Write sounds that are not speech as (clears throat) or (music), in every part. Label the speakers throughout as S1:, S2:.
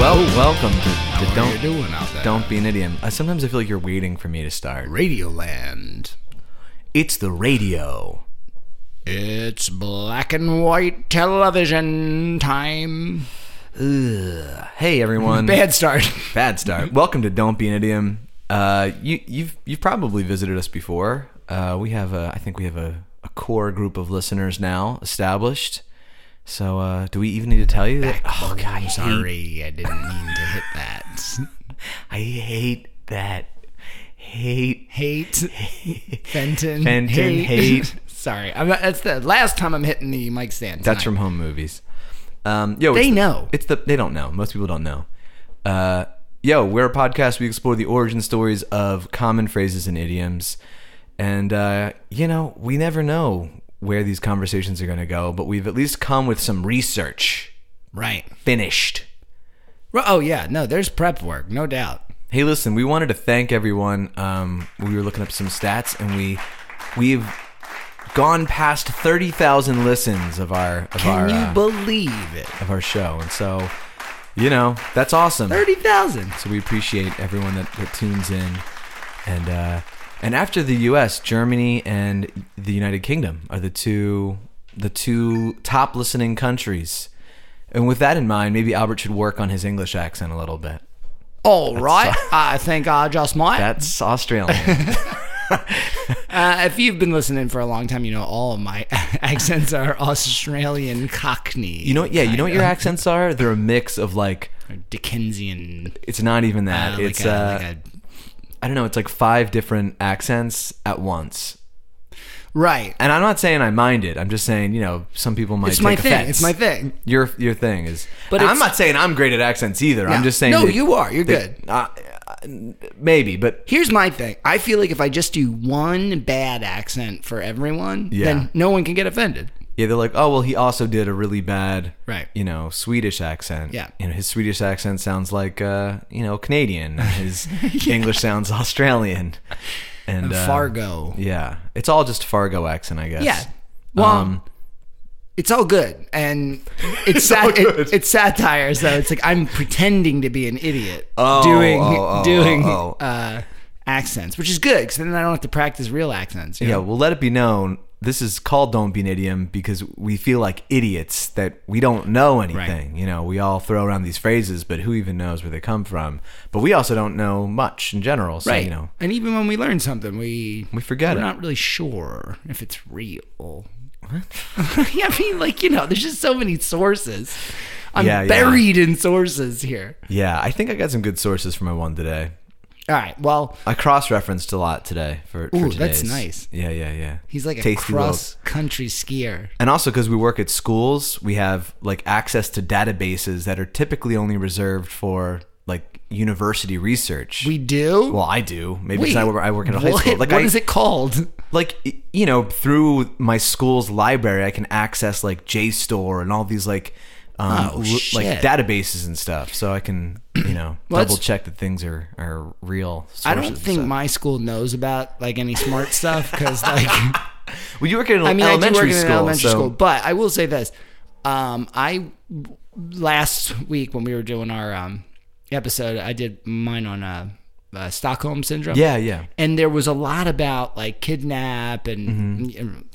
S1: Hello, welcome to, to
S2: How are you
S1: don't
S2: doing out there?
S1: don't be an idiom. Uh, sometimes I feel like you're waiting for me to start.
S2: Radioland.
S1: It's the radio.
S2: It's black and white television time.
S1: Hey everyone.
S2: Bad (laughs) start.
S1: Bad start. Welcome to Don't Be an Idiom. Uh, you you've you've probably visited us before. Uh, we have a I think we have a, a core group of listeners now established. So uh, do we even need to tell you that? Oh God, I
S2: I'm
S1: hate-
S2: sorry, I didn't mean to hit that.
S1: (laughs) I hate that. Hate. (laughs)
S2: Hate Fenton.
S1: Fenton, hate.
S2: (laughs) sorry, I'm not, that's the last time I'm hitting the mic stand.
S1: That's
S2: tonight.
S1: from home movies. Um, yo,
S2: They
S1: it's the-
S2: know.
S1: It's the they don't know. Most people don't know. Uh, yo, we're a podcast. We explore the origin stories of common phrases and idioms, and uh, you know we never know where these conversations are going to go. But we've at least come with some research
S2: right.
S1: finished.
S2: Well, oh yeah, no, there's prep work, no doubt.
S1: Hey, listen, we wanted to thank everyone. Um, we were looking up some stats, and we we've gone past thirty thousand listens of our of our
S2: Can
S1: uh,
S2: you believe it?
S1: of our show, and so you know that's awesome.
S2: Thirty thousand.
S1: So we appreciate everyone that, that tunes in, and uh, and after the U.S., Germany and the United Kingdom are the two the two top listening countries. And with that in mind, maybe Albert should work on his English accent a little bit.
S2: All right, I think I just might.
S1: That's Australian.
S2: Uh, if you've been listening for a long time, you know all of my (laughs) accents are Australian Cockney.
S1: (laughs) you know, what- yeah, you know what your accents are? They're a mix of like
S2: Or Dickensian.
S1: it's not even that.
S2: uh,
S1: it's
S2: like a,
S1: uh,
S2: like a-
S1: I don't know. It's like five different accents at once.
S2: right.
S1: And I'm not saying I mind it. I'm just saying, you know, some people might
S2: It's
S1: take
S2: my thing.
S1: offense.
S2: It's my thing.
S1: Your your thing is,
S2: But
S1: but I'm
S2: it's-
S1: not saying I'm great at accents either. I'm
S2: No.
S1: just saying,
S2: No,
S1: that-
S2: you are. You're
S1: that- uh, uh, maybe, but
S2: Here's my thing. I feel like if I just do one bad accent for everyone,
S1: Yeah.
S2: then no one can get offended.
S1: yeah, they're like, oh well, he also did a really bad,
S2: Right.
S1: You know, Swedish accent.
S2: Yeah.
S1: you know, his Swedish accent sounds like, uh, you know, Canadian. and His
S2: (laughs)
S1: English sounds Australian. And, uh,
S2: Fargo.
S1: Yeah, it's all just Fargo accent, I guess.
S2: Yeah. Well,
S1: Um,
S2: it's all good,
S1: (laughs)
S2: and it's, sat-
S1: all good.
S2: It, it's satire. So it's like I'm pretending to be an idiot,
S1: Oh,
S2: doing (laughs)
S1: oh, oh,
S2: doing
S1: oh,
S2: Uh, accents, which is good because then I don't have to practice real accents. you
S1: Yeah,
S2: know?
S1: well, let it be known this is called Don't Be an Idiom because we feel like idiots that we don't know anything. You know, we all throw around these phrases, but who even knows where they come from? But we also don't know much in general. So,
S2: right.
S1: you know,
S2: And even when we learn something, we
S1: we forget
S2: we're
S1: it.
S2: not really sure if it's real. (laughs) yeah, I mean, like you know, there's just so many sources. I'm
S1: Yeah, yeah.
S2: buried in sources here.
S1: yeah, I think I got some good sources for my one today.
S2: All right. Well,
S1: I cross referenced a lot today for, for
S2: Ooh, that's
S1: today's.
S2: nice.
S1: Yeah, yeah, yeah.
S2: he's like a
S1: Tasty little-
S2: cross-country skier.
S1: and also because we work at schools we have like access to databases that are typically only reserved for like university research
S2: We do.
S1: Well, I do. Maybe it's
S2: Wait,
S1: not where I work at a high
S2: what,
S1: school. Like
S2: what
S1: I,
S2: is it called?
S1: like y- you know, through my school's library, I can access like JSTOR and all these like, um,
S2: Oh,
S1: l- like
S2: shit.
S1: databases and stuff. So I can you know
S2: (clears throat) Well,
S1: double
S2: that's-
S1: check that things are are real. Sources
S2: I don't think
S1: and
S2: my school knows about like any smart stuff
S1: (laughs)
S2: because like
S1: stuff. well, you work at an
S2: I mean I do
S1: elementary
S2: work in
S1: school.
S2: an elementary
S1: so-
S2: school, but I will say this: um, I last week when we were doing our um, episode, I did mine on uh, uh, Stockholm syndrome.
S1: yeah, yeah.
S2: and there was a lot about like kidnap
S1: Mm-hmm.
S2: and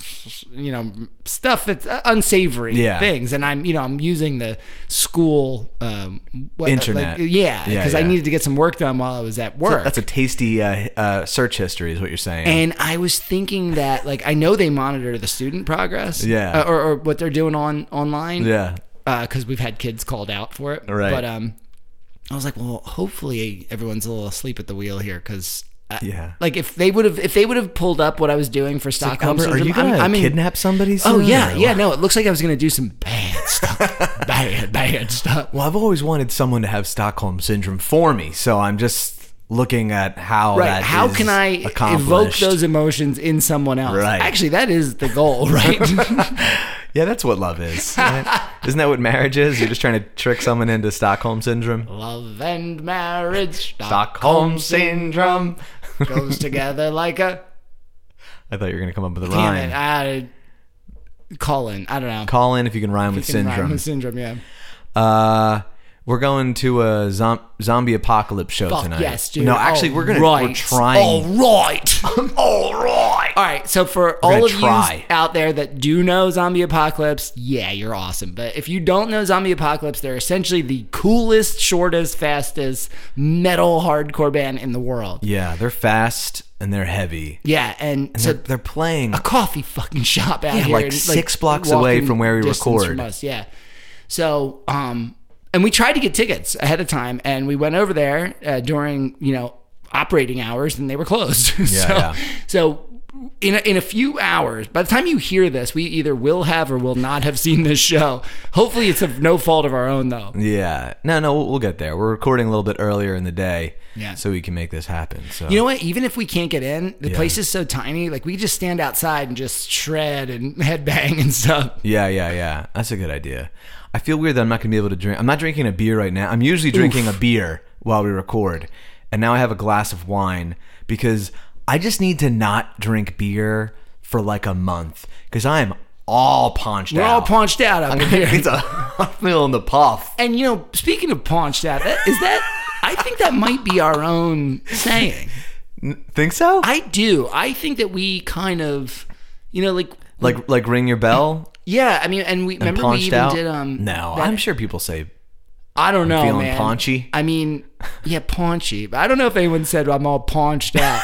S2: you know stuff that's uh, unsavory
S1: Yeah.
S2: things and i'm you know i'm using the school um what,
S1: Internet.
S2: like,
S1: Yeah,
S2: yeah because i
S1: yeah.
S2: needed to get some work done while i was at work
S1: That's a tasty uh, uh, search history, is what you're saying.
S2: and I was thinking that, like, I know they monitor the student progress,
S1: Yeah.
S2: uh, or, or what they're doing on online,
S1: yeah,
S2: because we've had kids called out for it.
S1: Right.
S2: But um, I was like, well, hopefully everyone's a little asleep at the wheel here, because
S1: yeah.
S2: like if they would have if they would have pulled up what I was doing for Stockholm
S1: Albert, are
S2: syndrome,
S1: you gonna
S2: I'm, I'm in-
S1: kidnap somebody?
S2: Oh
S1: soon,
S2: yeah,
S1: or
S2: yeah. No, it looks like I was gonna do some
S1: (laughs)
S2: bad stuff, bad, bad stuff.
S1: Well, I've always wanted someone to have Stockholm syndrome for me, so I'm just looking at how
S2: Right?
S1: that
S2: How
S1: is
S2: can I evoke
S1: accomplished.
S2: those emotions in someone else?
S1: Right.
S2: Actually, that is the goal, right?
S1: (laughs)
S2: (laughs)
S1: Yeah, that's what love is. right? Isn't that what marriage is? You're just trying to trick someone into Stockholm syndrome.
S2: Love and marriage,
S1: Stockholm
S2: Stockholm
S1: syndrome.
S2: goes together like
S1: (laughs)
S2: a.
S1: I thought you were gonna come up with a
S2: Damn
S1: rhyme.
S2: it, I, Ah, Colin, I don't know.
S1: Call in if you can rhyme with
S2: Rhyme
S1: syndrome.
S2: with syndrome, yeah.
S1: Uh, We're going to a zom- zombie apocalypse show
S2: Fuck
S1: tonight.
S2: yes, dude.
S1: No, actually, we're gonna
S2: Alright.
S1: we're trying.
S2: All
S1: (laughs)
S2: right. All right. All right. So for all
S1: gonna
S2: of you
S1: try.
S2: out there that do know Zombie Apocalypse, yeah, you're awesome. But if you don't know Zombie Apocalypse, they're essentially the coolest, shortest, fastest metal hardcore band in the world.
S1: Yeah, they're fast and they're heavy.
S2: Yeah, and,
S1: They're,
S2: so
S1: they're playing.
S2: a coffee fucking shop out
S1: Yeah,
S2: here,
S1: like
S2: and,
S1: six blocks away
S2: walking
S1: from where we
S2: distance
S1: record.
S2: From us, yeah. So, um, and we tried to get tickets ahead of time, and we went over there uh, during you know operating hours, and they were closed. (laughs) so,
S1: yeah.
S2: so. In a, in a few hours, by the time you hear this, we either will have or will not have seen this show. Hopefully, it's of no fault of our own, though.
S1: Yeah. No, no, we'll, we'll get there. We're recording a little bit earlier in the day.
S2: Yeah.
S1: So we can make this happen. So
S2: You know what? Even if we can't get in, the place is so tiny. Like we just stand outside and just shred and (laughs) headbang and stuff.
S1: Yeah, yeah, yeah. That's a good idea. I feel weird that I'm not gonna be able to drink. I'm not drinking a beer right now. I'm usually drinking a beer while we record, and now I have a glass of wine because I just need to not drink beer for like a month because I am all paunched
S2: We're
S1: out. (laughs)
S2: all paunched out up here.
S1: it's a I'm feeling the puff.
S2: And you know, speaking of paunched out, that is that I think that might be our own saying.
S1: N- Think so?
S2: I do. I think that we kind of, you know, like
S1: like like ring your bell.
S2: yeah. I mean, and we remember we
S1: Paunched
S2: even
S1: out.
S2: did um.
S1: no,
S2: that-
S1: I'm sure people say
S2: I don't know,
S1: feeling
S2: man.
S1: paunchy.
S2: I mean, yeah, paunchy. But I don't know if anyone said I'm all paunched out.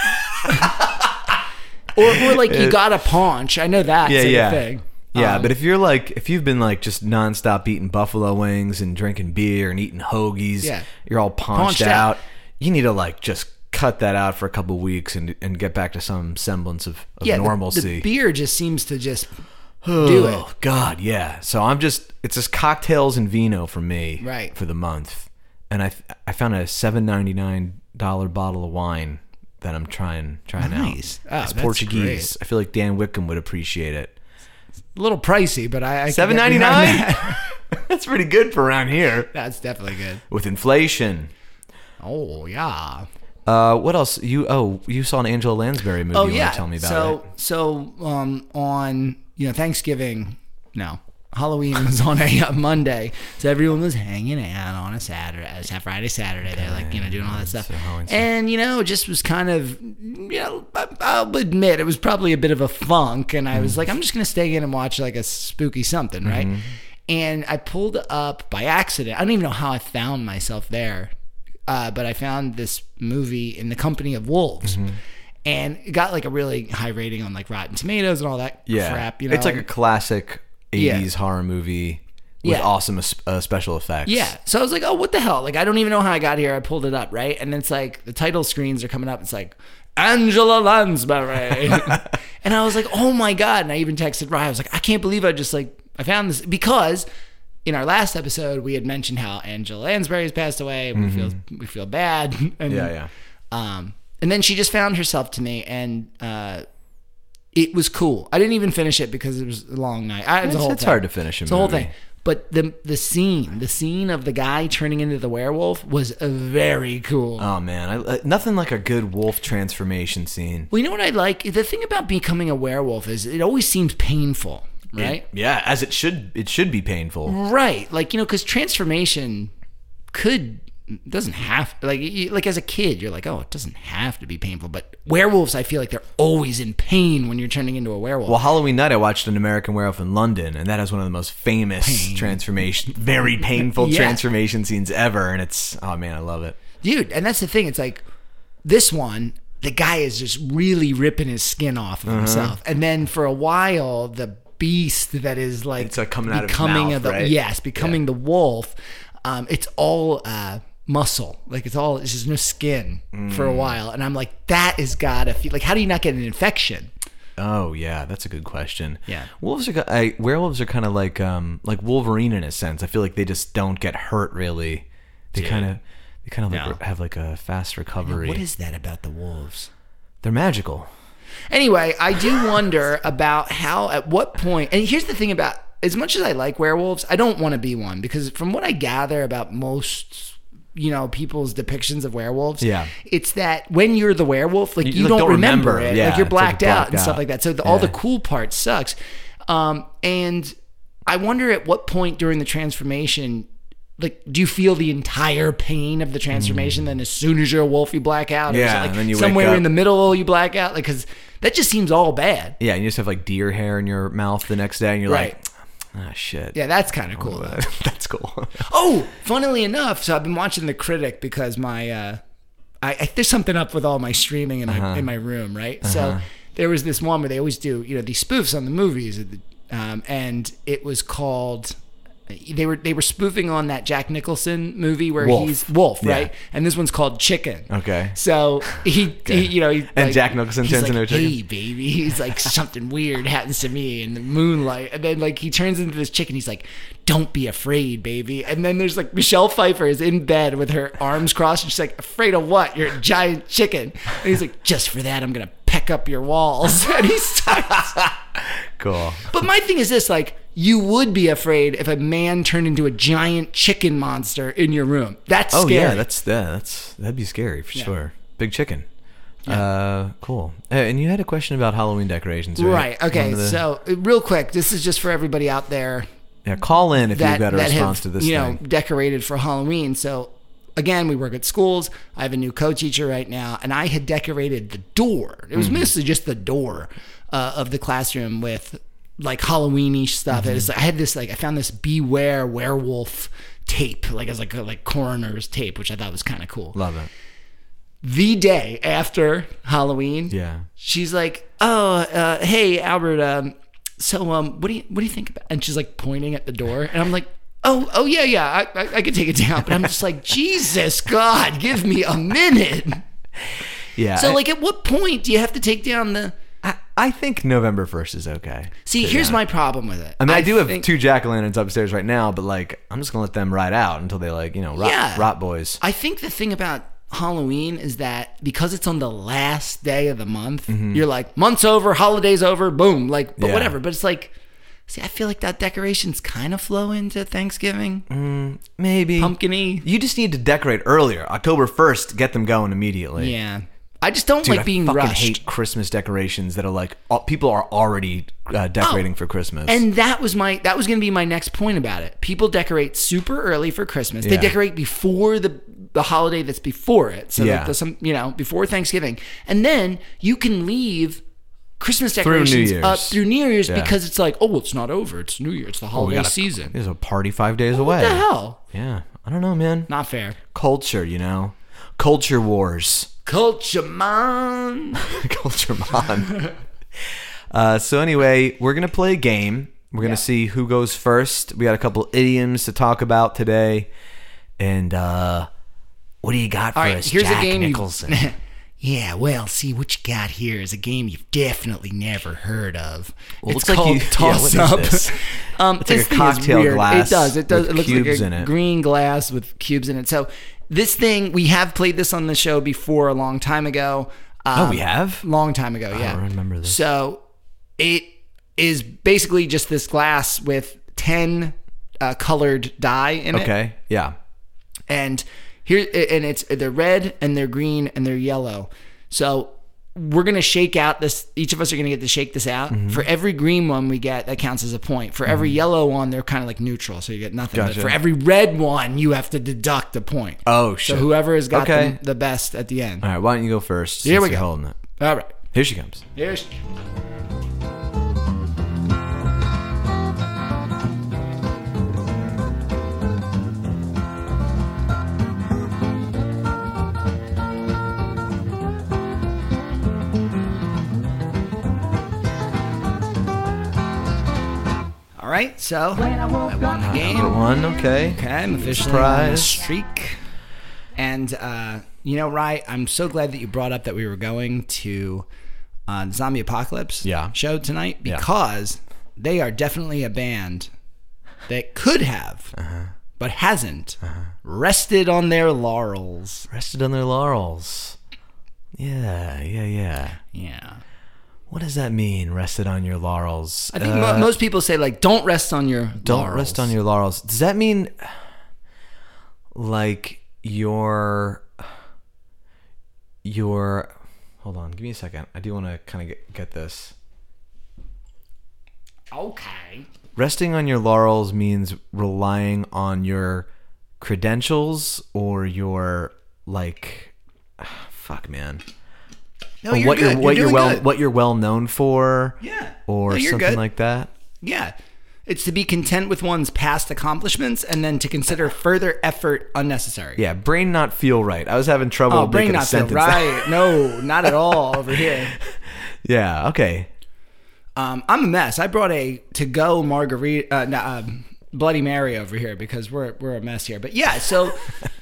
S2: or, or like you got a paunch. I know that's
S1: yeah,
S2: a
S1: yeah.
S2: thing.
S1: Yeah,
S2: Um,
S1: but if you're like, if you've been like just nonstop eating buffalo wings and drinking beer and eating hoagies,
S2: Yeah.
S1: you're all paunched,
S2: Paunched
S1: out.
S2: out.
S1: You need to like just cut that out for a couple weeks and and get back to some semblance of, of
S2: yeah, the-
S1: normalcy.
S2: The, beer just seems to just do it.
S1: Oh God, yeah. So I'm just, it's just cocktails and vino for me,
S2: Right.
S1: for the month. And I I found a seven ninety nine dollar bottle of wine that I'm trying trying
S2: Nice.
S1: out.
S2: Oh,
S1: it's
S2: that's
S1: Portuguese. I feel like Dan Wickham would appreciate it.
S2: A little pricey, but I, I can
S1: Seven
S2: get
S1: ninety
S2: behind
S1: nine.
S2: that. (laughs)
S1: That's pretty good for around here
S2: That's definitely good.
S1: with inflation.
S2: Oh yeah.
S1: Uh, what else? You oh, you saw an Angela Lansbury movie.
S2: Oh
S1: you
S2: yeah.
S1: want to tell me about
S2: so so um on you know Thanksgiving, no Halloween
S1: (laughs)
S2: was on a uh, Monday, so everyone was hanging out on a Saturday, uh, Friday Saturday. They're like you know doing all that stuff,
S1: Halloween stuff.
S2: and you know it just was kind of you know I, I'll admit it was probably a bit of a funk, and I was like I'm just gonna stay in and watch like a spooky something, right?
S1: Mm-hmm.
S2: And I pulled up by accident. I don't even know how I found myself there uh, but I found this movie in the company of wolves.
S1: Mm-hmm.
S2: And it got like a really high rating on like Rotten Tomatoes and all that
S1: it. Yeah,
S2: crap. You know,
S1: it's like a classic '80s
S2: Yeah.
S1: horror movie with
S2: Yeah.
S1: awesome uh, special effects.
S2: yeah. So I was like, oh, what the hell? Like, I don't even know how I got here. I pulled it up, right? And it's like the title screens are coming up. It's like Angela Lansbury,
S1: (laughs)
S2: and I was like, oh my god. And I even texted Ryan. I was like, I can't believe I just like I found this because. In our last episode, we had mentioned how Angela Lansbury has passed away. and We feel we feel bad, (laughs) and
S1: Mm-hmm. yeah, yeah.
S2: Um, and then she just found herself to me, and uh, it was cool. I didn't even finish it because it was a long night. I, it's
S1: It's,
S2: the whole
S1: it's
S2: thing.
S1: hard to finish a
S2: It's
S1: movie.
S2: the whole thing. But the the scene, the scene of the guy turning into the werewolf was uh, very cool.
S1: Oh man, I, uh, nothing like a good wolf transformation scene.
S2: well, you know what I like? The thing about becoming a werewolf is it always seems painful, right?
S1: Yeah, as it should. It should be painful.
S2: Right. Like, you know, because transformation could doesn't have like you, like as a kid you're like oh it doesn't have to be painful but werewolves i feel like they're always in pain when you're turning into a werewolf
S1: Well, Halloween night, I watched an American Werewolf in London, and that is one of the most famous transformation, very painful
S2: (laughs) Yeah.
S1: transformation scenes ever. And it's oh man, I love it.
S2: dude and that's the thing it's like this one the guy is just really ripping his skin off
S1: Uh-huh.
S2: of himself and then for a while the beast that is like
S1: It's, like, coming out of his mouth,
S2: the
S1: right?
S2: yes becoming the wolf um, it's all uh, muscle like it's all it's just no skin for
S1: Mm.
S2: a while and i'm like that is gotta feel like how do you not get an infection
S1: Oh yeah, that's a good question.
S2: Yeah.
S1: wolves are ki- I, werewolves are kind of like um like Wolverine in a sense. I feel like they just don't get hurt really. They kind of they kind of like,
S2: No.
S1: have like a fast recovery.
S2: what is that about the wolves
S1: They're magical.
S2: Anyway, I do wonder about how, at what point, and here's the thing about as much as I like werewolves, I don't want to be one because from what I gather about most, you know, people's depictions of werewolves,
S1: Yeah.
S2: it's that when you're the werewolf, like you,
S1: like,
S2: don't,
S1: don't
S2: remember,
S1: remember.
S2: it,
S1: Yeah,
S2: like you're
S1: it's like
S2: blacked, out
S1: blacked
S2: and stuff
S1: out.
S2: like that. So the, all the
S1: Yeah.
S2: cool part sucks, um, and I wonder at what point during the transformation like do you feel the entire pain of the transformation then as soon as you're a wolf you black out or is it,
S1: Mm. Yeah,
S2: like,
S1: and then you wake
S2: somewhere
S1: up.
S2: in the middle you black out like because that just seems all bad
S1: Yeah, and you just have like deer hair in your mouth the next day, and you're
S2: Right.
S1: like, ah, shit.
S2: yeah that's kind of cool though.
S1: (laughs) that's cool. (laughs)
S2: Oh, funnily enough, so I've been watching The Critic because my uh, I, I there's something up with all my streaming in my
S1: Uh-huh.
S2: in my room, right? So there was this one where they always do you know these spoofs on the movies, of the- um, and it was called. They were they were spoofing on that Jack Nicholson movie where
S1: Wolf.
S2: he's Wolf,
S1: Yeah.
S2: right? And this one's called Chicken.
S1: Okay.
S2: So he, he you know, he,
S1: And Jack Nicholson
S2: he's
S1: turns
S2: like,
S1: into a chicken?
S2: Hey, baby,
S1: (laughs)
S2: he's like something weird happens to me in the moonlight, and then like he turns into this chicken. He's like, "Don't be afraid, baby." And then there's like Michelle Pfeiffer is in bed with her arms crossed, and she's like, "Afraid of what? You're a giant chicken." And he's like, "Just for that, I'm gonna peck up your walls." (laughs) And he starts.
S1: Cool.
S2: But my thing is this: like, you would be afraid if a man turned into a giant chicken monster in your room. That's
S1: Oh
S2: scary.
S1: yeah, that's yeah, that's that'd be scary for sure. Big chicken. Uh, cool. Hey, and you had a question about Halloween decorations, right?
S2: Right. Okay.
S1: One of the-
S2: So, uh, real quick, this is just for everybody out there
S1: yeah, call in if
S2: that
S1: you've got a
S2: that
S1: response
S2: have
S1: to this
S2: you know
S1: thing.
S2: decorated for Halloween. So, again, we work at schools. I have a new co-teacher right now, and I had decorated the door. It was
S1: Mm-hmm.
S2: mostly just the door uh, of the classroom with like Halloweeny stuff. It was
S1: Mm-hmm.
S2: like I had this like I found this Beware Werewolf tape, like as like a, like coroner's tape, which I thought was kind of cool.
S1: Love it.
S2: The day after Halloween,
S1: Yeah.
S2: she's like, "Oh, uh, hey, Albert. Um, so, um, what do you what do you think about?" And she's like pointing at the door, and I'm like, "Oh, oh yeah, yeah, I, I, I could take it down." But I'm just like, (laughs) "Jesus God, give me a minute."
S1: Yeah.
S2: So,
S1: I-
S2: like, at what point do you have to take down the?
S1: I, I think November first is okay.
S2: See, here's my problem with it.
S1: I mean, I, do have
S2: think-
S1: two jack o' lanterns upstairs right now, but like, I'm just gonna let them ride out until they like, you know, rot,
S2: Yeah.
S1: rot boys.
S2: I think the thing about Halloween is that because it's on the last day of the month, you're like, month's over, holidays over, boom, like, but
S1: Mm-hmm. Yeah.
S2: whatever. But it's like, see, I feel like that decorations kind of flow into Thanksgiving,
S1: Mm-hmm. Maybe
S2: pumpkiny.
S1: You just need to decorate earlier. October first, get them going immediately.
S2: Yeah, I just don't
S1: Dude,
S2: like being
S1: I fucking
S2: rushed.
S1: hate Christmas decorations that are like all, people are already uh, decorating for Christmas.
S2: Oh, and that was my that was going to be my next point about it. People decorate super early for Christmas. They
S1: Yeah.
S2: decorate before the the holiday that's before it. So
S1: Yeah.
S2: yeah. some you know before Thanksgiving, and then you can leave Christmas
S1: New
S2: decorations
S1: Year's.
S2: up through New Year's
S1: Yeah. Oh,
S2: because it's like oh well, it's not over. It's New Year. It's the
S1: we
S2: holiday
S1: got
S2: season.
S1: There's a party five days away.
S2: What the hell?
S1: Yeah, I don't know, man.
S2: Not fair.
S1: Culture, you know, culture wars. (laughs)
S2: Culture man.
S1: Culture
S2: (laughs)
S1: Mon. uh, so anyway, we're gonna play a game. We're gonna see who goes first. We got a couple idioms to talk about today, and uh, what do you got for
S2: All right,
S1: us,
S2: here's a
S1: Jack
S2: game you- (laughs)
S1: Nicholson?
S2: Yeah, well, see what you got here is a game you've definitely never heard of. it's
S1: looks like you- (laughs)
S2: called
S1: yeah, what
S2: toss
S1: is
S2: up.
S1: this?
S2: (laughs) Um,
S1: It's like
S2: this
S1: a
S2: thing is
S1: cocktail
S2: weird.
S1: glass
S2: It does. It does.
S1: with
S2: It looks
S1: cubes
S2: like
S1: in
S2: a
S1: it.
S2: green glass with cubes in it. So this thing we have played this on the show before a long time ago. Um,
S1: Oh, we have?
S2: long time ago. Yeah,
S1: don't remember this.
S2: So it is basically just this glass with ten uh, colored dye in it
S1: okay, yeah,
S2: and here and it's they're red and they're green and they're yellow so we're gonna shake out this each of us are gonna get to shake this out
S1: Mm-hmm.
S2: for every green one we get that counts as a point for every yellow one they're kind of like neutral so you get nothing
S1: Gotcha.
S2: but for every red one you have to deduct a point
S1: Oh, shit.
S2: so whoever has got
S1: Okay.
S2: the, the best at the end
S1: all right. Why don't you go first?
S2: Here
S1: since
S2: we
S1: you're
S2: go.
S1: Holding it.
S2: all right
S1: Here she comes.
S2: here's all right so i won the game
S1: Number one, okay.
S2: Okay, I'm officially on a
S1: Surprise.
S2: streak. And uh, you know, Rye, I'm so glad that you brought up that we were going to uh, the Zombie Apocalypse
S1: Yeah.
S2: show tonight because they are definitely a band that could have,
S1: Uh-huh.
S2: but hasn't, rested on their laurels.
S1: Rested on their laurels. Yeah, yeah, yeah.
S2: Yeah.
S1: What does that mean? Rested on your laurels.
S2: I think mo- most people say like, "Don't rest on your
S1: Uh, don't
S2: laurels."
S1: rest on your laurels. Does that mean like your your hold on, give me a second. I do want to kind of get, get this.
S2: Okay.
S1: Resting on your laurels means relying on your credentials or your like (sighs) fuck man
S2: No,
S1: Or
S2: Oh, you're
S1: what
S2: good.
S1: you're what
S2: you're,
S1: you're,
S2: doing
S1: well
S2: good.
S1: what you're well known for
S2: Yeah.
S1: or
S2: No, you're
S1: something
S2: good.
S1: like that
S2: Yeah. It's to be content with one's past accomplishments and then to consider further effort unnecessary.
S1: yeah brain not feel right i was having trouble
S2: Oh, brain
S1: making a
S2: not feel
S1: sentence
S2: right. No, not at all over here.
S1: (laughs) yeah okay
S2: Um, I'm a mess. I brought a to-go margarita, uh, no, um, Bloody Mary over here because we're we're a mess here. But yeah,
S1: (laughs)
S2: so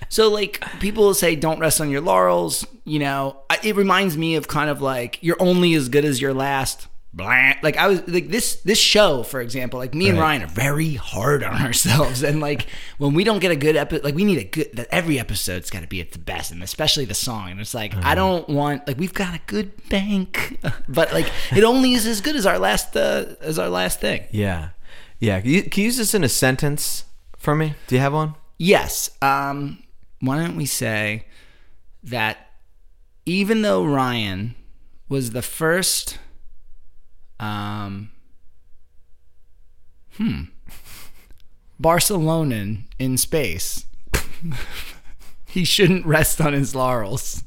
S2: so like people will say, don't rest on your laurels. You know, I, it reminds me of kind of like you're only as good as your last. Blah. Like I was like this this show for example. Like me and
S1: Right.
S2: Ryan are very hard on ourselves, and like when we don't get a good episode, like we need a good that every episode's got to be at the best, and especially the song. And it's like I don't want like we've got a good bank, (laughs) but like it only is as good as our last uh, as our last thing.
S1: yeah yeah can you, can you use this in a sentence for me do you have one
S2: Yes. Um, why don't we say that even though Ryan was the first, um, hmm, Barcelonan in space, (laughs) he shouldn't rest on his laurels,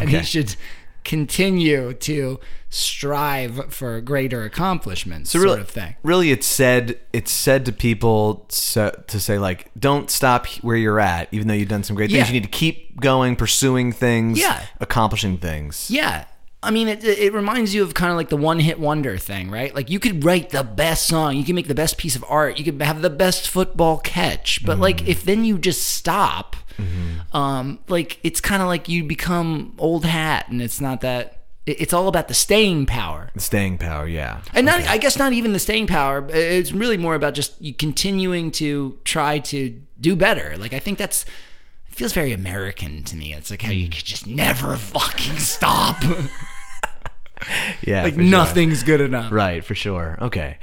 S2: and he
S1: Okay.
S2: should continue to strive for greater accomplishments,
S1: So
S2: sort
S1: really,
S2: of thing.
S1: really, it's said it's said to people so, to say like, don't stop where you're at, even though you've done some great
S2: Yeah.
S1: things. You need to keep going, pursuing things,
S2: Yeah.
S1: accomplishing things.
S2: Yeah. I mean, it, it reminds you of kind of like the one hit wonder thing, right? Like, you could write the best song, you can make the best piece of art, you could have the best football catch. But, like, if then you just stop, um, like, it's kind of like you become old hat and it's not that, it- it's all about the staying power.
S1: Staying power, yeah.
S2: And not, I guess not even the staying power. but It's really more about just you continuing to try to do better. Like I think that's it feels very American to me. It's like how you could just never fucking stop. (laughs)
S1: yeah,
S2: like
S1: for sure.
S2: nothing's good enough.
S1: Right, for sure. Okay.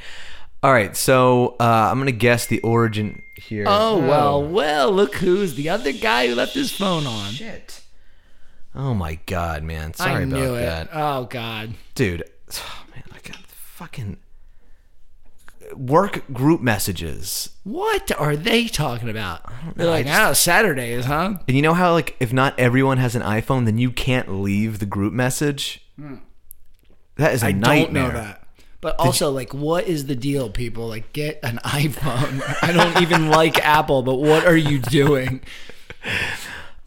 S1: All right, so uh, I'm gonna guess the origin here.
S2: Oh well, well. Look who's the other guy who left his phone on.
S1: shit. Oh my god, man. Sorry
S2: I
S1: about
S2: knew it.
S1: that.
S2: Oh god.
S1: dude (sighs) man i got fucking work group messages
S2: What are they talking about? They're like, oh, Saturdays, huh?
S1: and you know how like if not everyone has an iphone then you can't leave the group message that is a nightmare
S2: Hmm. Don't know that. But also, like, what is the deal, people? Like, get an (laughs) iPhone. I don't even like Apple, but what are you doing?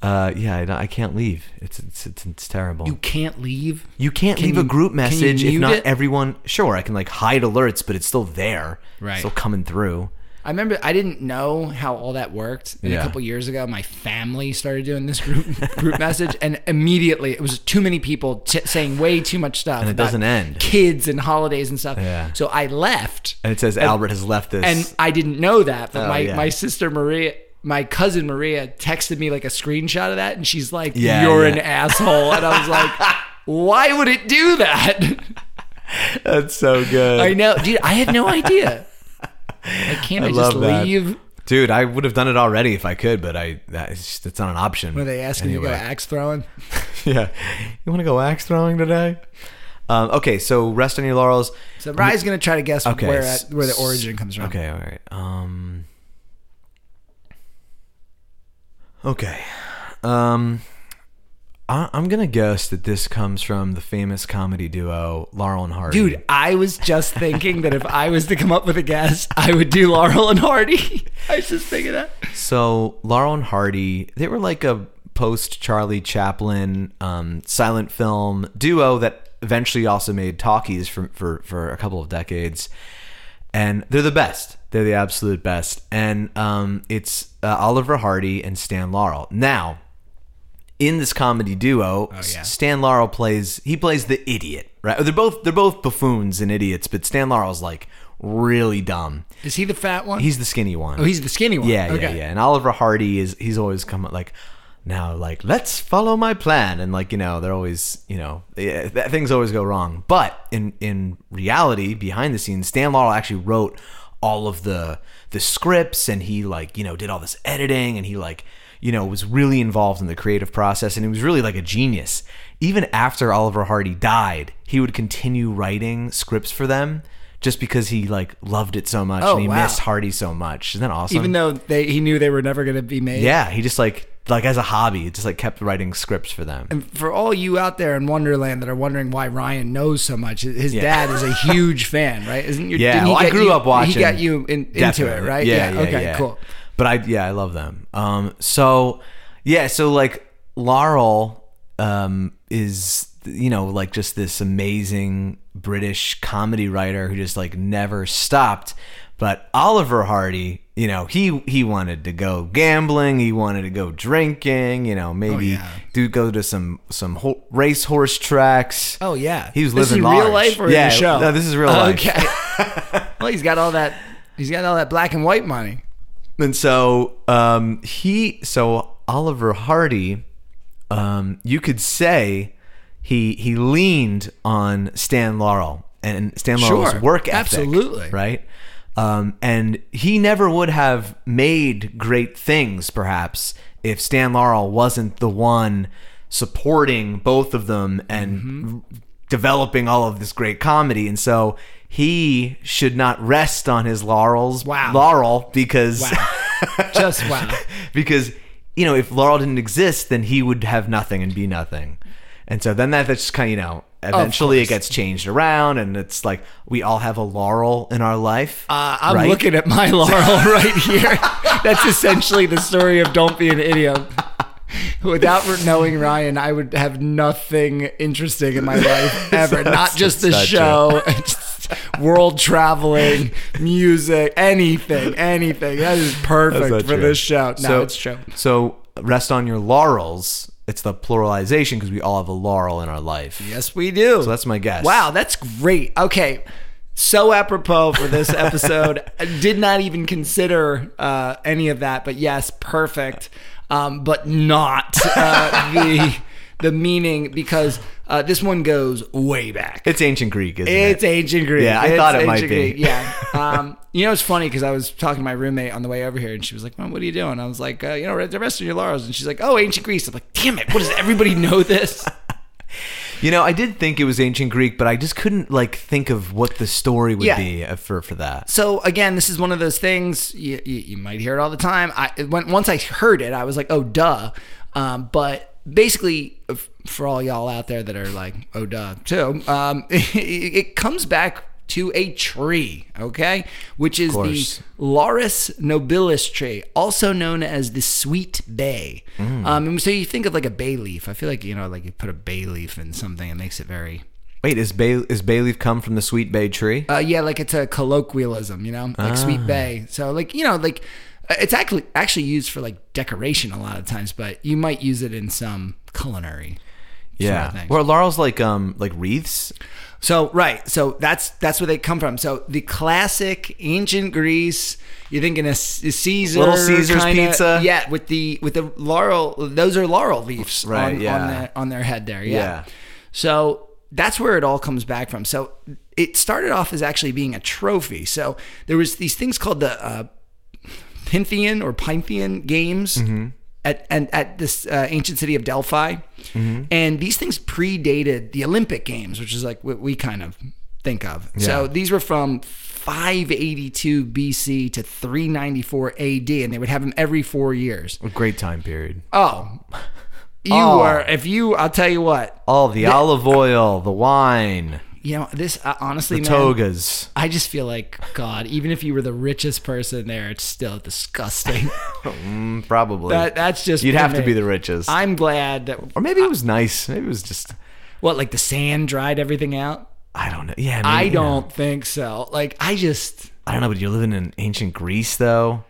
S1: uh yeah I, I can't leave it's it's it's, it's terrible
S2: You
S1: you,
S2: can't leave.
S1: can't
S2: can
S1: leave a
S2: you-
S1: group
S2: can you
S1: message if
S2: mute
S1: not
S2: it?
S1: everyone sure i can like hide alerts but it's still there
S2: Right.
S1: It's still coming through
S2: I remember I didn't know how all that worked. And
S1: Yeah.
S2: a couple years ago, my family started doing this group (laughs) group message, and immediately it was too many people t- saying way too much stuff. And
S1: it doesn't end.
S2: Kids and holidays and stuff.
S1: Yeah.
S2: So I left.
S1: and it says albert has left this
S2: and I didn't know that. But
S1: Oh,
S2: my,
S1: yeah.
S2: my sister Maria, my cousin Maria, texted me like a screenshot of that, and she's like,
S1: Yeah,
S2: "You're
S1: yeah.
S2: an asshole," and I
S1: (laughs)
S2: was like, "Why would it do that?"
S1: (laughs)
S2: (laughs)
S1: that's so good
S2: I know, dude. I had no idea. Like, can't I, just
S1: love that.
S2: leave?
S1: Dude, I would have done it already if I could, but I that is just, it's not an option.
S2: Were they asking you to go axe throwing?
S1: (laughs) yeah, you want to go axe throwing today? Um, okay, so rest on your laurels.
S2: So Ryan's gonna try to guess
S1: Okay,
S2: where
S1: s-
S2: at, where the origin comes from.
S1: Okay, all right. Um, okay, um, I, I'm gonna guess that this comes from the famous comedy duo Laurel and Hardy.
S2: Dude, I was just thinking that if I was to come up with a guess, I would do Laurel and Hardy. (laughs) I was just thinking that.
S1: So Laurel and Hardy, they were like a post Charlie Chaplin um, silent film duo that eventually also made talkies for, for for a couple of decades, and they're the best. They're the absolute best, and um, it's uh, Oliver Hardy and Stan Laurel. Now, in this comedy duo,
S2: Oh, yeah.
S1: Stan Laurel plays he plays the idiot. Right? They're both they're both buffoons and idiots, but Stan Laurel's like really dumb.
S2: Is he the fat one?
S1: He's the skinny one.
S2: oh, he's the skinny one.
S1: Yeah, yeah,
S2: Okay.
S1: yeah. And Oliver Hardy is he's always come up like now like let's follow my plan and like you know they're always you know yeah, th- things always go wrong but in in reality behind the scenes stan laurel actually wrote all of the the scripts and he like you know did all this editing and he like you know was really involved in the creative process and he was really like a genius even after oliver hardy died he would continue writing scripts for them just because he like loved it so much
S2: Oh,
S1: and he
S2: wow.
S1: missed Hardy so much. Isn't that awesome?
S2: Even though they, he knew they were never going to be made.
S1: yeah, he just like like as a hobby, just like kept writing scripts for them.
S2: And for all you out there in Wonderland that are wondering why Ryan knows so much, his
S1: Yeah.
S2: dad is a huge fan, right? Isn't your
S1: Yeah,
S2: didn't he
S1: well, I
S2: get
S1: grew
S2: you-
S1: up watching.
S2: He got you in, into it,
S1: Definitely.
S2: right?
S1: Yeah, yeah,
S2: okay,
S1: yeah.
S2: cool.
S1: But I yeah, I love them. Um so yeah, so like Laurel um is you know like just this amazing British comedy writer who just like never stopped. But Oliver Hardy, you know, he he wanted to go gambling, he wanted to go drinking, you know, maybe
S2: Oh, yeah.
S1: do go to some some ho- racehorse tracks.
S2: Oh yeah,
S1: He was
S2: This
S1: living
S2: is
S1: large.
S2: real life or in
S1: Yeah,
S2: the show?
S1: no, this is
S2: (laughs)
S1: real life.
S2: Okay.
S1: (laughs)
S2: well, he's got all that. He's got all that black and white money.
S1: And so um, he, so Oliver Hardy, um, you could say he he leaned on Stan Laurel and Stan Laurel's
S2: Sure.
S1: work ethic,
S2: Absolutely.
S1: right? Um, and he never would have made great things, perhaps, if Stan Laurel wasn't the one supporting both of them and
S2: Mm-hmm.
S1: developing all of this great comedy. And so he should not rest on his laurels,
S2: Wow.
S1: Laurel, because (laughs)
S2: Just wow.
S1: because you know if Laurel didn't exist, then he would have nothing and be nothing, and so then that, that's just kind of you know eventually it
S2: course.
S1: gets changed around, and it's like we all have a Laurel in our life.
S2: Uh, I'm
S1: right?
S2: looking at
S1: (laughs)
S2: my Laurel right here. That's essentially the story of Don't Be an Idiot. Without knowing Ryan, I would have nothing interesting in my
S1: (laughs)
S2: life ever. Not just the
S1: that's
S2: show, (laughs) world traveling, music, anything, anything. That is
S1: That's not
S2: perfect for
S1: true.
S2: this show. No,
S1: so,
S2: it's true.
S1: So rest on your laurels. It's the pluralization because we all have a Laurel in our life.
S2: Yes, we do.
S1: So that's my guess.
S2: Wow, that's great. Okay. So apropos
S1: (laughs)
S2: for this episode. I did not even consider uh, any of that, but yes, perfect. Um, but not uh, the
S1: (laughs)
S2: the meaning because uh, this one goes way back.
S1: It's ancient Greek, isn't
S2: It's
S1: it?
S2: ancient Greek.
S1: Yeah, I
S2: It's
S1: thought it
S2: ancient
S1: might be.
S2: Greek,
S1: (laughs)
S2: Yeah. Um, you know, it's funny because I was talking to my roommate on the way over here, and she was like, "Mom, what are you doing?" I was like, uh, "You know, read the rest of your laurels." And she's like, "Oh, ancient Greece." I'm like, "Damn it! What does everybody know this?"
S1: You know, I did think it was ancient Greek, but I just couldn't like think of what the story would
S2: Yeah.
S1: be uh, for for that.
S2: so again, this is one of those things you, you, you might hear it all the time. I it- when, once I heard it, I was like, oh duh. Um, but basically, f- for all y'all out there that are like, oh duh, too, um, (laughs) it, it comes back to a tree, okay, which is
S1: course.
S2: the Laurus nobilis tree, also known as the sweet bay. Um, and so you think of like a bay leaf. I feel like you know, like you put a bay leaf in something, it makes it very
S1: Wait, is bay is bay leaf come from the sweet bay tree?
S2: uh, yeah, like it's a colloquialism, you know, like
S1: Ah.
S2: Sweet Bay. So like you know, like uh, it's actually actually used for like decoration a lot of times, but you might use it in some culinary.
S1: yeah.
S2: sort of thing.
S1: Were laurels like um like wreaths?
S2: So right, so that's that's where they come from. So the classic ancient Greece, you're thinking a C- Caesar,
S1: Little Caesar's
S2: kinda-
S1: pizza.
S2: yeah, with the with the laurel. Those are laurel leaves,
S1: Right,
S2: On,
S1: yeah.
S2: on, their, on their head there,
S1: Yeah.
S2: yeah. So that's where it all comes back from. So it started off as actually being a trophy. So there was these things called the uh, Pythian or Pythian games at and at this uh, ancient city of Delphi, and these things predated the Olympic Games, which is like what we kind of think of. So these were from 582 BC to 394 AD, and they would have them every four years.
S1: A great time period.
S2: Oh, you
S1: Oh.
S2: were if you. I'll tell you what.
S1: All the olive oil, the wine,
S2: You know this uh, honestly, man.
S1: togas.
S2: I just feel like God. Even if you were the richest person there, it's
S1: (laughs)
S2: still disgusting. (laughs)
S1: Mm, probably.
S2: that that's just
S1: You'd have to
S2: me.
S1: be the richest.
S2: I'm glad that
S1: or maybe it was nice. Maybe it was just
S2: what like the sand dried everything out.
S1: I don't know. Yeah, maybe,
S2: I
S1: you know.
S2: don't think so. Like I just
S1: I don't know, but you're living in ancient Greece though.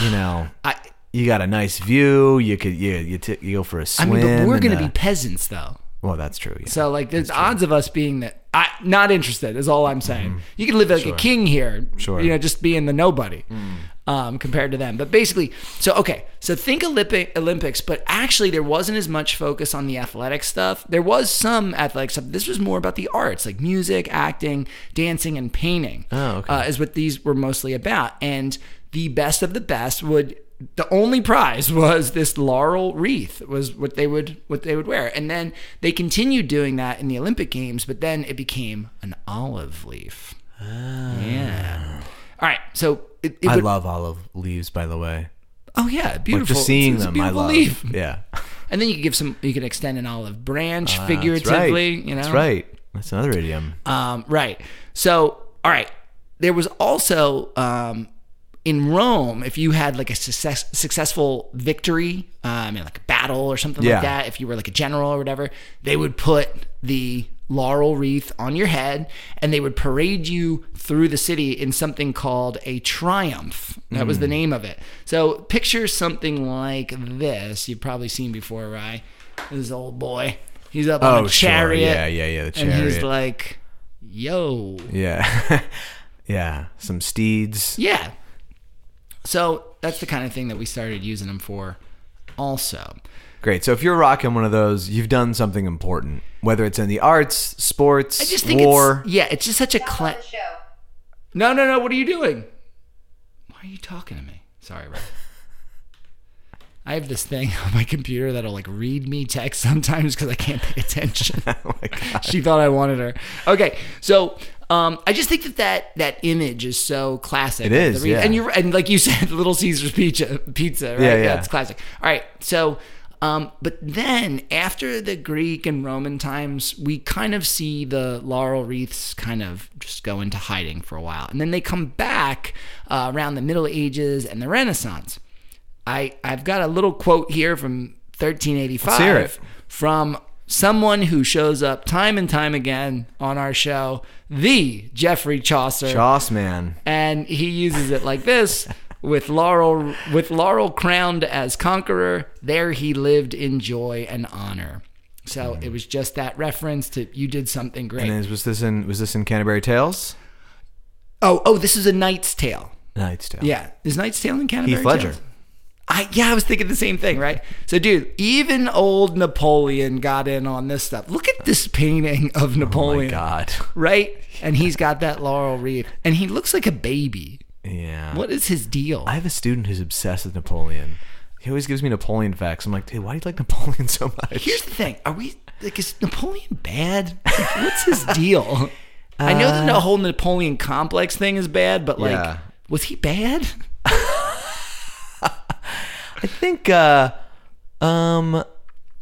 S1: You know.
S2: I
S1: You got a nice view. You could you you, t- you go for a
S2: I
S1: swim.
S2: mean, but we're
S1: and
S2: gonna
S1: a-
S2: be peasants though.
S1: Well, that's true. Yeah.
S2: So like there's odds of us being that I not interested is all I'm saying. You could live like a king here.
S1: Mm. Sure. Mm.
S2: You know, just being the nobody. Um, compared to them. But basically, so okay, so think Olympic Olympics, but actually there wasn't as much focus on the athletic stuff. There was some athletic stuff. This was more about the arts, like music, acting, dancing, and painting.
S1: Oh, okay.
S2: uh, is what these were mostly about. And the best of the best would the only prize (laughs) was this laurel wreath was what they would what they would wear. And then they continued doing that in the Olympic games, but then it became an olive leaf. Yeah. All right. So it, it
S1: Ah. I
S2: would,
S1: love olive leaves, by the way.
S2: oh yeah, beautiful.
S1: Like just seeing
S2: it's, it's a
S1: them, I
S2: beautiful
S1: love.
S2: leaf.
S1: (laughs) Yeah,
S2: And then you can give some. You can extend an olive branch
S1: Ah, that's right.
S2: figuratively. You know.
S1: that's right. That's another idiom.
S2: Um, right. So, all right. There was also um, in Rome, if you had like a success, successful victory, um, I mean, like a battle or something
S1: Yeah.
S2: like that, if you were like a general or whatever, they would put the laurel wreath on your head and they would parade you through the city in something called a triumph. That was the
S1: Mm.
S2: name of it. So, picture something like this. You've probably seen before, right? This old boy. He's up on
S1: Oh,
S2: a
S1: sure.
S2: chariot.
S1: Yeah, yeah, yeah, the
S2: And he's
S1: chariot.
S2: like, yo.
S1: Yeah, (laughs) yeah. Some steeds.
S2: Yeah. So that's the kind of thing that we started using them for also.
S1: Great. So if you're rocking one of those, you've done something important, whether it's in the arts, sports,
S2: I just think (laughs)
S1: war. (laughs)
S2: it's yeah, it's just such a cla-
S3: the show.
S2: No, no, no, what are you doing? Why are you talking to me? Sorry, Rob. I have this thing (laughs) on my computer that'll like read me text sometimes because I can't pay attention. (laughs)
S1: Oh my God.
S2: she thought I wanted her. Okay, so um, I just think that, that that image is so classic.
S1: It is,
S2: The reason-
S1: yeah.
S2: and you and like you (laughs) said, Little Caesar's pizza, pizza, right?
S1: Yeah, yeah.
S2: That's classic. All right, so. Um, but then after the Greek and Roman times, we kind of see the laurel wreaths kind of just go into hiding for a while. And then they come back uh, around the Middle Ages and the Renaissance. I, I've got a little quote here from 1385
S1: Let's hear it.
S2: from someone who shows up time and time again on our show, the Jeffrey Chaucer,
S1: Joss man.
S2: and he uses it like this: with laurel, with laurel crowned as conqueror, there he lived in joy and honor. So it was just that reference to you did something great.
S1: Mm-hmm. And is, was this in was this in Canterbury Tales?
S2: oh, oh, this is a Knight's Tale.
S1: Night's Tale.
S2: Yeah, is Knight's Tale in Canterbury
S1: Heath Ledger.
S2: Tales? I yeah, I was thinking the same thing, right? So, dude, even old Napoleon got in on this stuff. Look at this painting of
S1: Oh my
S2: Napoleon, (laughs)
S1: God.
S2: right? And he's got that laurel wreath, and he looks like a baby.
S1: Yeah.
S2: What is his deal?
S1: I have a student who's obsessed with Napoleon. He always gives me Napoleon facts. I'm like, dude, why do you like Napoleon (laughs) so much?
S2: Here's the thing: Are we like is Napoleon bad? What's his
S1: (laughs)
S2: deal?
S1: Uh,
S2: I know that the whole Napoleon complex thing is bad, but like,
S1: Yeah.
S2: was he bad?
S1: I think uh um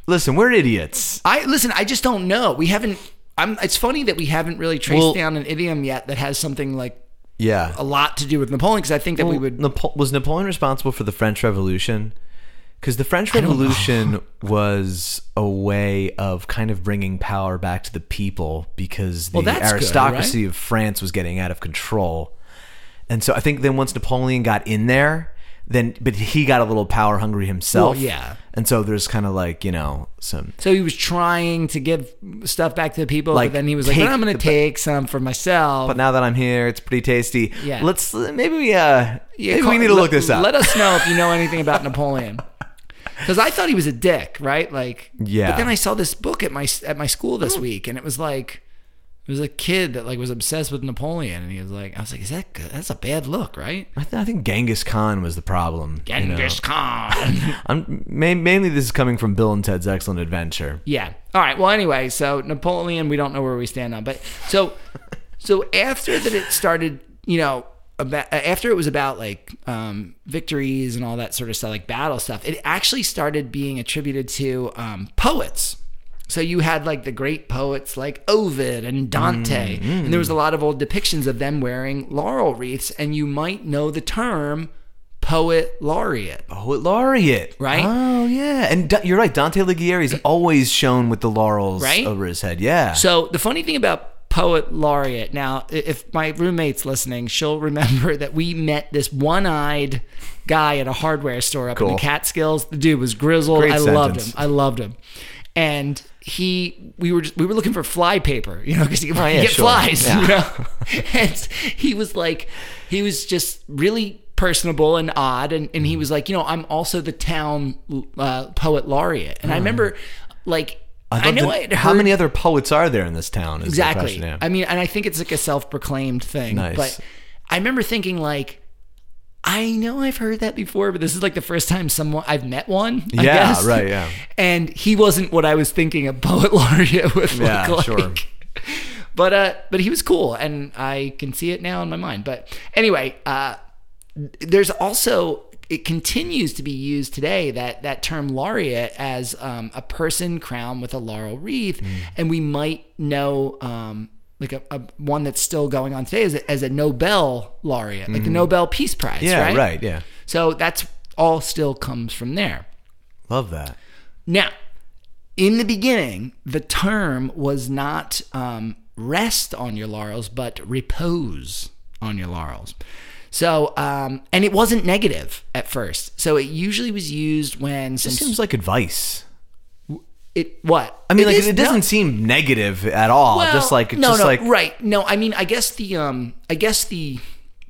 S1: listen, we're idiots.
S2: I listen. I just don't know. We haven't. I'm, it's funny that we haven't really traced
S1: Well-
S2: down an idiom yet that has something like
S1: Yeah.
S2: a lot to do with Napoleon because I think that we
S1: Well,
S2: would.
S1: Napo- was Napoleon responsible for the French Revolution? Because the French Revolution was a way of kind of bringing power back to the people because the
S2: that's good,
S1: aristocracy of France was getting out of control, and so I think then once Napoleon got in there, then but he got a little power hungry himself.
S2: Well, yeah.
S1: and so there's kind of like you know some
S2: So he was trying to give stuff back to the people,
S1: Like,
S2: but then he was like,
S1: take
S2: "But "I'm going to
S1: the-
S2: take some for myself."
S1: But now that I'm here, it's pretty tasty.
S2: Yeah.
S1: let's maybe we uh
S2: Yeah,
S1: maybe
S2: call-
S1: we need to
S2: let-
S1: look this up.
S2: Let us know if you know anything about Napoleon, because I thought he was a dick, right? Like,
S1: Yeah. Oh.
S2: But then I saw this book at my at my school this week, and it was like. It was a kid that like was obsessed with Napoleon, and he was like, "I was like, is that good? that's a bad look, right?"
S1: (laughs) I, th- I think Genghis Khan was the problem. you know?
S2: Genghis Khan. (laughs)
S1: I'm ma- mainly this is coming from Bill and Ted's Excellent Adventure.
S2: Yeah. All right. Well, anyway, so Napoleon, we don't know where we stand on, but so so after that, it started. You know, about, after it was about like um, victories and all that sort of stuff, like battle stuff. It actually started being attributed to um, poets. So you had like the great poets like Ovid and Dante, and there was a lot of old depictions of them wearing laurel wreaths, and you might know the term poet laureate.
S1: Oh, laureate,
S2: Right?
S1: Oh yeah, and da- you're right. Dante Alighieri is always shown with the laurels
S2: Right?
S1: over his head. Yeah,
S2: So the funny thing about poet laureate now, i- if my roommate's listening, she'll (laughs) remember that we met this one-eyed guy at a hardware store up in
S1: Cool.
S2: the Catskills. The dude was grizzled.
S1: Great
S2: I loved him.
S1: sentence.
S2: I loved him. And he, we were just, we were looking for fly paper, you know, because he
S1: Oh, yeah,
S2: get
S1: sure.
S2: flies,
S1: Yeah.
S2: you know. (laughs) and he was like, he was just really personable and odd, and, and he was like, you know, I'm also the town uh, poet laureate, and I
S1: Hmm.
S2: remember, like,
S1: I'd
S2: I,
S1: love
S2: know
S1: to-
S2: I had
S1: how
S2: heard-
S1: many other poets are there in this town? Is the
S2: Exactly.
S1: question, yeah.
S2: I mean, and I think it's like a self-proclaimed thing.
S1: Nice.
S2: But I remember thinking like, I know I've heard that before, but this is like the first time someone I've met one. I
S1: Yeah,
S2: guess.
S1: right,
S2: (laughs)
S1: yeah.
S2: And he wasn't what I was thinking a poet (laughs) laureate would
S1: Yeah,
S2: look like.
S1: sure.
S2: (laughs) But uh, but he was cool, and I can see it now in my mind. But anyway, uh, there's also it continues to be used today that that term laureate as um, a person crowned with a laurel
S1: Mm.
S2: wreath, and we might know. Um, like a, a one that's still going on today as a, as a Nobel laureate, like the Nobel Peace Prize.
S1: Mm-hmm. Yeah,
S2: right.
S1: right, yeah.
S2: So that's all still comes from there.
S1: Love that.
S2: Now, in the beginning, the term was not um, rest on your laurels, but repose on your laurels. So, um, and it wasn't negative at first. So it usually was used when some
S1: It seems like advice.
S2: it what
S1: I mean, like
S2: is-
S1: it
S2: no.
S1: doesn't seem negative at all.
S2: Well,
S1: just like
S2: no,
S1: just
S2: no,
S1: like
S2: right. No, I mean, I guess the um, I guess the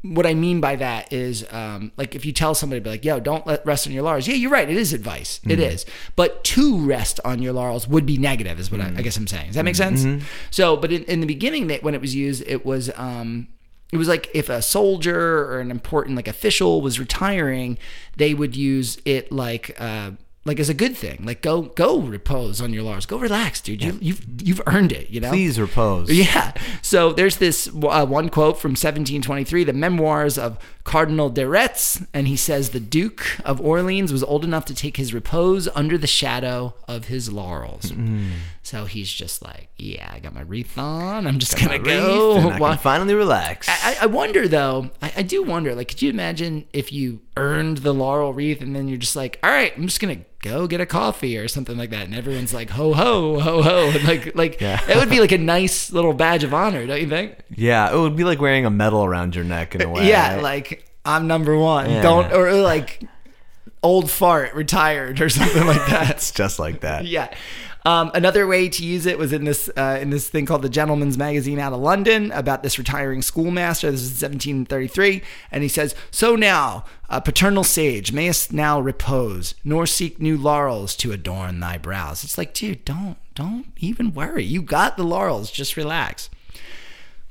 S2: what I mean by that is um, like if you tell somebody, be like, "Yo, don't let rest on your laurels." Yeah, you're right. It is advice.
S1: Mm-hmm.
S2: It is, but to rest on your laurels would be negative, is what I,
S1: Mm-hmm.
S2: I guess I'm saying. Does that make sense? So, but in, in the beginning, that when it was used, it was um, it was like if a soldier or an important like official was retiring, they would use it like uh like as a good thing. Like go go repose on your laurels. Go relax, dude. You you've you've earned it, you know?
S1: please repose.
S2: Yeah. So there's this uh, one quote from 1723, the memoirs of Cardinal de Retz, and he says the Duke of Orleans was old enough to take his repose under the shadow of his laurels.
S1: Mm-hmm.
S2: So he's just like, yeah, I got my wreath on. I'm just
S1: My
S2: gonna
S1: wreath,
S2: go.
S1: and I
S2: Why-
S1: can finally relax.
S2: I, I wonder though. I, I do wonder. Like, could you imagine if you earned the laurel wreath and then you're just like, all right, I'm just gonna go get a coffee or something like that, and everyone's like, ho ho ho ho, (laughs) and like like
S1: Yeah.
S2: that would be like a nice little badge of honor, don't you think?
S1: yeah, it would be like wearing a medal around your neck in a way.
S2: Uh,
S1: (laughs)
S2: yeah,
S1: right?
S2: like I'm number one.
S1: Yeah.
S2: Don't or like old fart retired or (laughs) something like that.
S1: it's just like that.
S2: (laughs) Yeah. Um, another way to use it was in this uh, in this thing called the Gentleman's Magazine out of London about this retiring schoolmaster. This is 1733, and he says, "So now, uh, paternal sage, mayest now repose, nor seek new laurels to adorn thy brows." It's like, dude, don't don't even worry. You got the laurels. Just relax.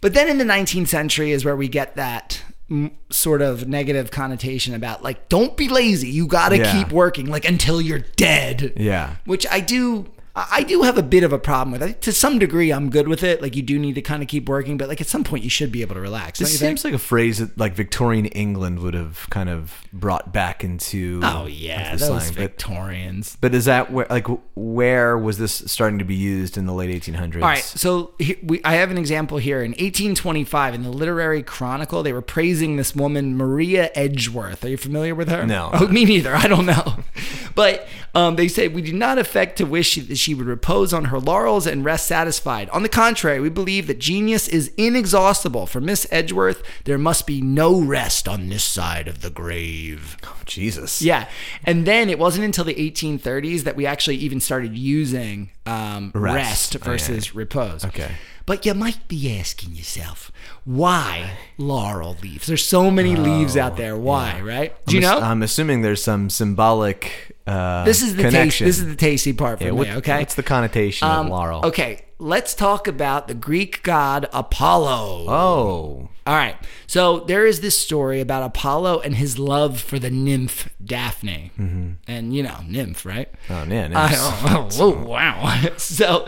S2: But then in the 19th century is where we get that mm, sort of negative connotation about like don't be lazy you got to
S1: Yeah.
S2: keep working like until you're dead
S1: Yeah.
S2: which I do. I I do have a bit of a problem with. I, to some degree, I'm good with it. Like you do need to kind of keep working, but like at some point, you should be able to relax.
S1: This
S2: don't you think?
S1: seems like a phrase that like Victorian England would have kind of brought back into.
S2: oh yeah,
S1: into
S2: those
S1: slang, But,
S2: Victorians.
S1: but is that where like where was this starting to be used in the late 1800s?
S2: All right, so he, we, I have an example here. In 1825, in the Literary Chronicle, they were praising this woman, Maria Edgeworth. Are you familiar with her?
S1: No.
S2: Oh, me neither. I don't know. (laughs) But um, they say, We do not affect to wish that she would repose on her laurels and rest satisfied. On the contrary, we believe that genius is inexhaustible. For Miss Edgeworth, there must be no rest on this side of the grave.
S1: Oh, Jesus.
S2: Yeah. And then it wasn't until the 1830s that we actually even started using um,
S1: Rest.
S2: rest.
S1: Oh, yeah.
S2: versus repose.
S1: Okay.
S2: But you might be asking yourself, why laurel leaves? There's so many leaves out there. Why, right? Do you know?
S1: Oh, I'm um, assuming there's some symbolic. Uh,
S2: this is the taste,
S1: connection.
S2: this is the tasty part for
S1: Yeah,
S2: me,
S1: what-
S2: okay? Um,
S1: What's the connotation of laurel?
S2: Okay, let's talk about the Greek god Apollo.
S1: Oh,
S2: All right. So there is this story about Apollo and his love for the nymph Daphne.
S1: Mm-hmm.
S2: And you know, nymph, right?
S1: oh man.
S2: I don't know. (laughs) Oh, wow. (laughs) So,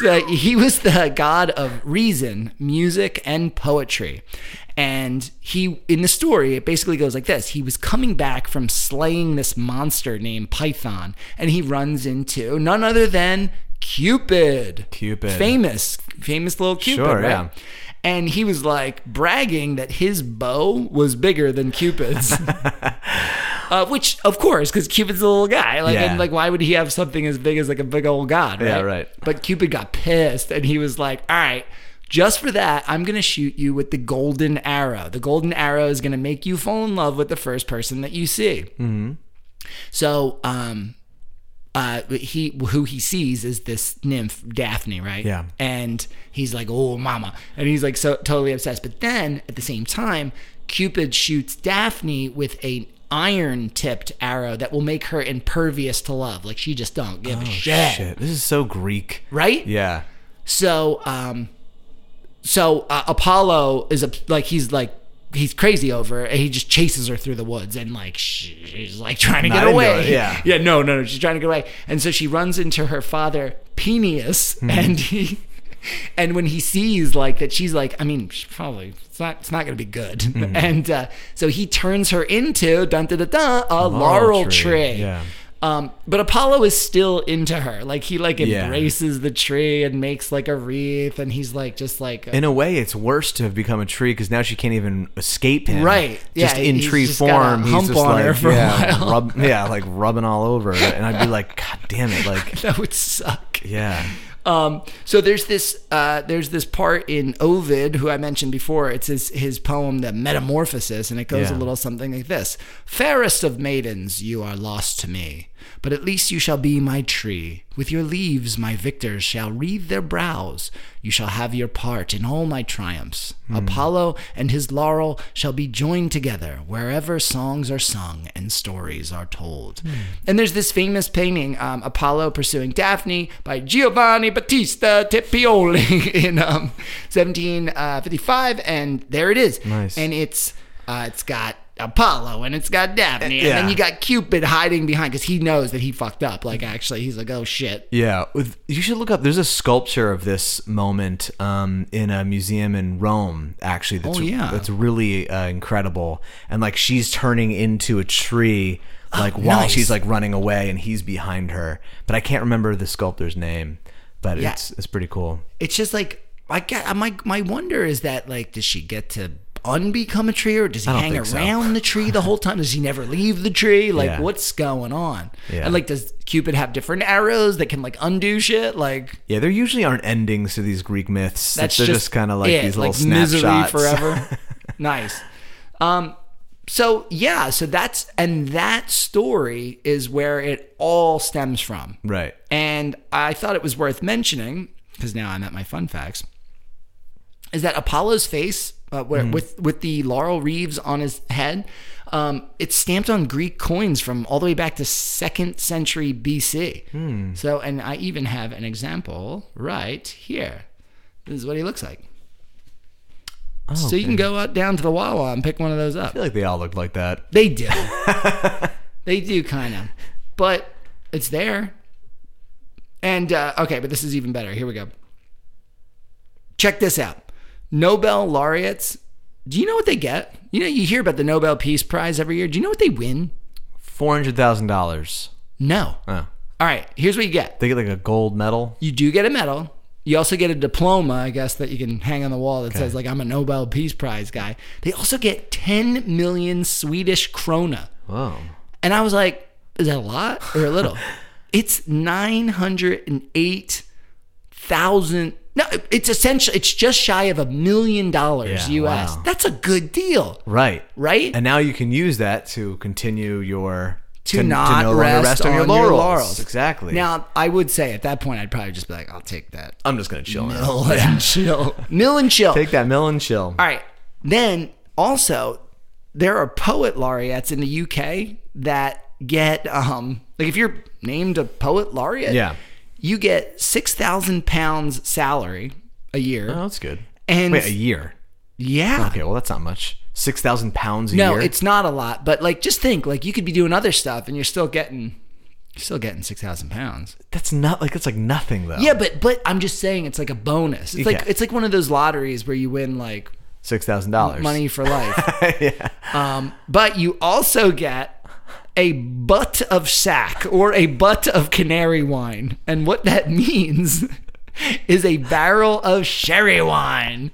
S2: so he was the god of reason, music, and poetry. And he, in the story, it basically goes like this He was coming back from slaying this monster named Python, and he runs into none other than Cupid.
S1: Cupid.
S2: Famous, famous little Cupid.
S1: Sure,
S2: right?
S1: yeah.
S2: And he was like bragging that his bow was bigger
S1: (laughs)
S2: than Cupid's. Uh, which, of course, because Cupid's a little guy. Like,
S1: Yeah.
S2: and, like, why would he have something as big as like a big old god? Right?
S1: Yeah, right.
S2: But Cupid got pissed, and he was like, "All right, just for that, I'm gonna shoot you with the golden arrow. The golden arrow is gonna make you fall in love with the first person that you see." Mm-hmm. So, um, uh, he who he sees is this nymph Daphne, right?
S1: Yeah.
S2: And he's like, "Oh, mama," and he's like so totally obsessed. But then at the same time, Cupid shoots Daphne with a iron-tipped arrow that will make her impervious to love. Like she just don't give a shit,
S1: Shit, this is so Greek.
S2: right?
S1: Yeah.
S2: So, um, so uh, Apollo is a, like he's like. He's crazy over it, and he just chases her through the woods and like she's like trying to
S1: Not
S2: get
S1: into
S2: away.
S1: it, yeah.
S2: (laughs) yeah,
S1: Hmm.
S2: no, no, no. She's trying to get away, and so she runs into her father Peneus, and he (laughs) and when he sees like that, she's like, I mean, she probably it's not it's not gonna be good.
S1: Hmm.
S2: (laughs) And uh, so he turns her into dun da da da a laurel,
S1: tree,
S2: tree.
S1: yeah.
S2: Um, but Apollo is still into her. Like he like
S1: Yeah.
S2: embraces the tree and makes like a wreath, and he's like just like
S1: In a way, it's worse to have become a tree because now she can't even escape him.
S2: Right.
S1: Just
S2: Yeah,
S1: in
S2: he's
S1: tree
S2: just got a
S1: form, he's
S2: hump
S1: just
S2: on
S1: like,
S2: her for a
S1: yeah,
S2: while. (laughs)
S1: rub, yeah, like rubbing all over. her. And I'd be like, God damn it. Like,
S2: (laughs) that would suck.
S1: yeah.
S2: Um, so there's this uh, there's this part in Ovid who I mentioned before. It's his, his poem, The Metamorphosis, and it goes
S1: Yeah.
S2: a little something like this: "Fairest of maidens, you are lost to me, but at least you shall be my tree. With your leaves, my victors shall wreathe their brows. You shall have your part in all my triumphs. Apollo and his laurel shall be joined together wherever songs are sung and stories are told." And there's this famous painting, um, Apollo pursuing Daphne by Giovanni Battista Tepioli (laughs) in um, 1755, and there it is.
S1: Nice.
S2: And it's uh, it's got Apollo and it's got Daphne, and
S1: Yeah.
S2: then you got Cupid hiding behind because he knows that he fucked up. Like actually, he's like, oh shit.
S1: Yeah, with, you should look up. There's a sculpture of this moment um, in a museum in Rome, actually. That's,
S2: Oh, yeah.
S1: that's really uh, incredible. And like she's turning into a
S2: (gasps)
S1: tree, like while
S2: nice.
S1: she's like running away, and he's behind her. But I can't remember the sculptor's name. But
S2: Yeah.
S1: it's it's pretty cool.
S2: It's just like I get my my wonder is that like does she get to unbecome a tree or does he
S1: don't
S2: hang
S1: think so.
S2: around the tree the whole time? Does he never leave the tree? Like
S1: Yeah.
S2: what's going on?
S1: Yeah.
S2: And like does Cupid have different arrows that can like undo shit? Like
S1: Yeah, there usually aren't endings to these Greek myths.
S2: that's
S1: They're
S2: just,
S1: just, kind of like
S2: it,
S1: these little
S2: like
S1: snapshots.
S2: misery forever. nice. Um, so yeah, so that's and that story is where it all stems from.
S1: (laughs) right.
S2: And I thought it was worth mentioning because now I'm at my fun facts. Is that Apollo's face uh, where, with with the laurel reeves on his head? Um, it's stamped on Greek coins from all the way back to second century BC. So, and I even have an example right here. This is what he looks like. so you can go out down to the Wawa and pick one of those up.
S1: I feel like they all look like that.
S2: They do. (laughs) they do kind of. But it's there. And uh, okay, but this is even better. Here we go. Check this out. Nobel laureates. Do you know what they get? You know, you hear about the Nobel Peace Prize every year. Do you know what they win?
S1: Four hundred thousand dollars.
S2: No.
S1: Oh,
S2: All right, here's what you get.
S1: they get like a gold medal.
S2: You do get a medal. You also get a diploma, I guess, that you can hang on the wall that says, like, I'm a Nobel Peace Prize guy. They also get 10 million Swedish krona.
S1: Whoa.
S2: And I was like, is that a lot or a little? it's 908,000. No, it's essentially, it's just shy of a million dollars
S1: Yeah,
S2: US.
S1: wow.
S2: That's a good deal,
S1: Right.
S2: right?
S1: And now you can use that to continue your
S2: To not
S1: longer
S2: rest on your laurels.
S1: Exactly.
S2: now, I would say at that point, I'd probably just be like, I'll take that.
S1: I'm just gonna chill now.
S2: Mill and chill. Mill and chill.
S1: Take that mill and chill.
S2: All right. Then also, there are poet laureates in the UK that get um like if you're named a poet laureate,
S1: Yeah.
S2: you get six thousand pounds salary a year.
S1: Oh, that's good.
S2: And-
S1: wait, a year.
S2: yeah.
S1: Okay, well that's not much. Six thousand pounds a
S2: No,
S1: year.
S2: it's not a lot, but like just think, like you could be doing other stuff and you're still getting you're still getting six thousand pounds.
S1: that's not like that's like nothing though.
S2: Yeah, but but I'm just saying it's like a bonus. It's like
S1: Yeah.
S2: it's like one of those lotteries where you win like
S1: Six thousand dollars.
S2: money for life.
S1: (laughs) yeah.
S2: Um, but you also get a butt of sack or a butt of canary wine. And what that (laughs) means is a barrel of sherry wine.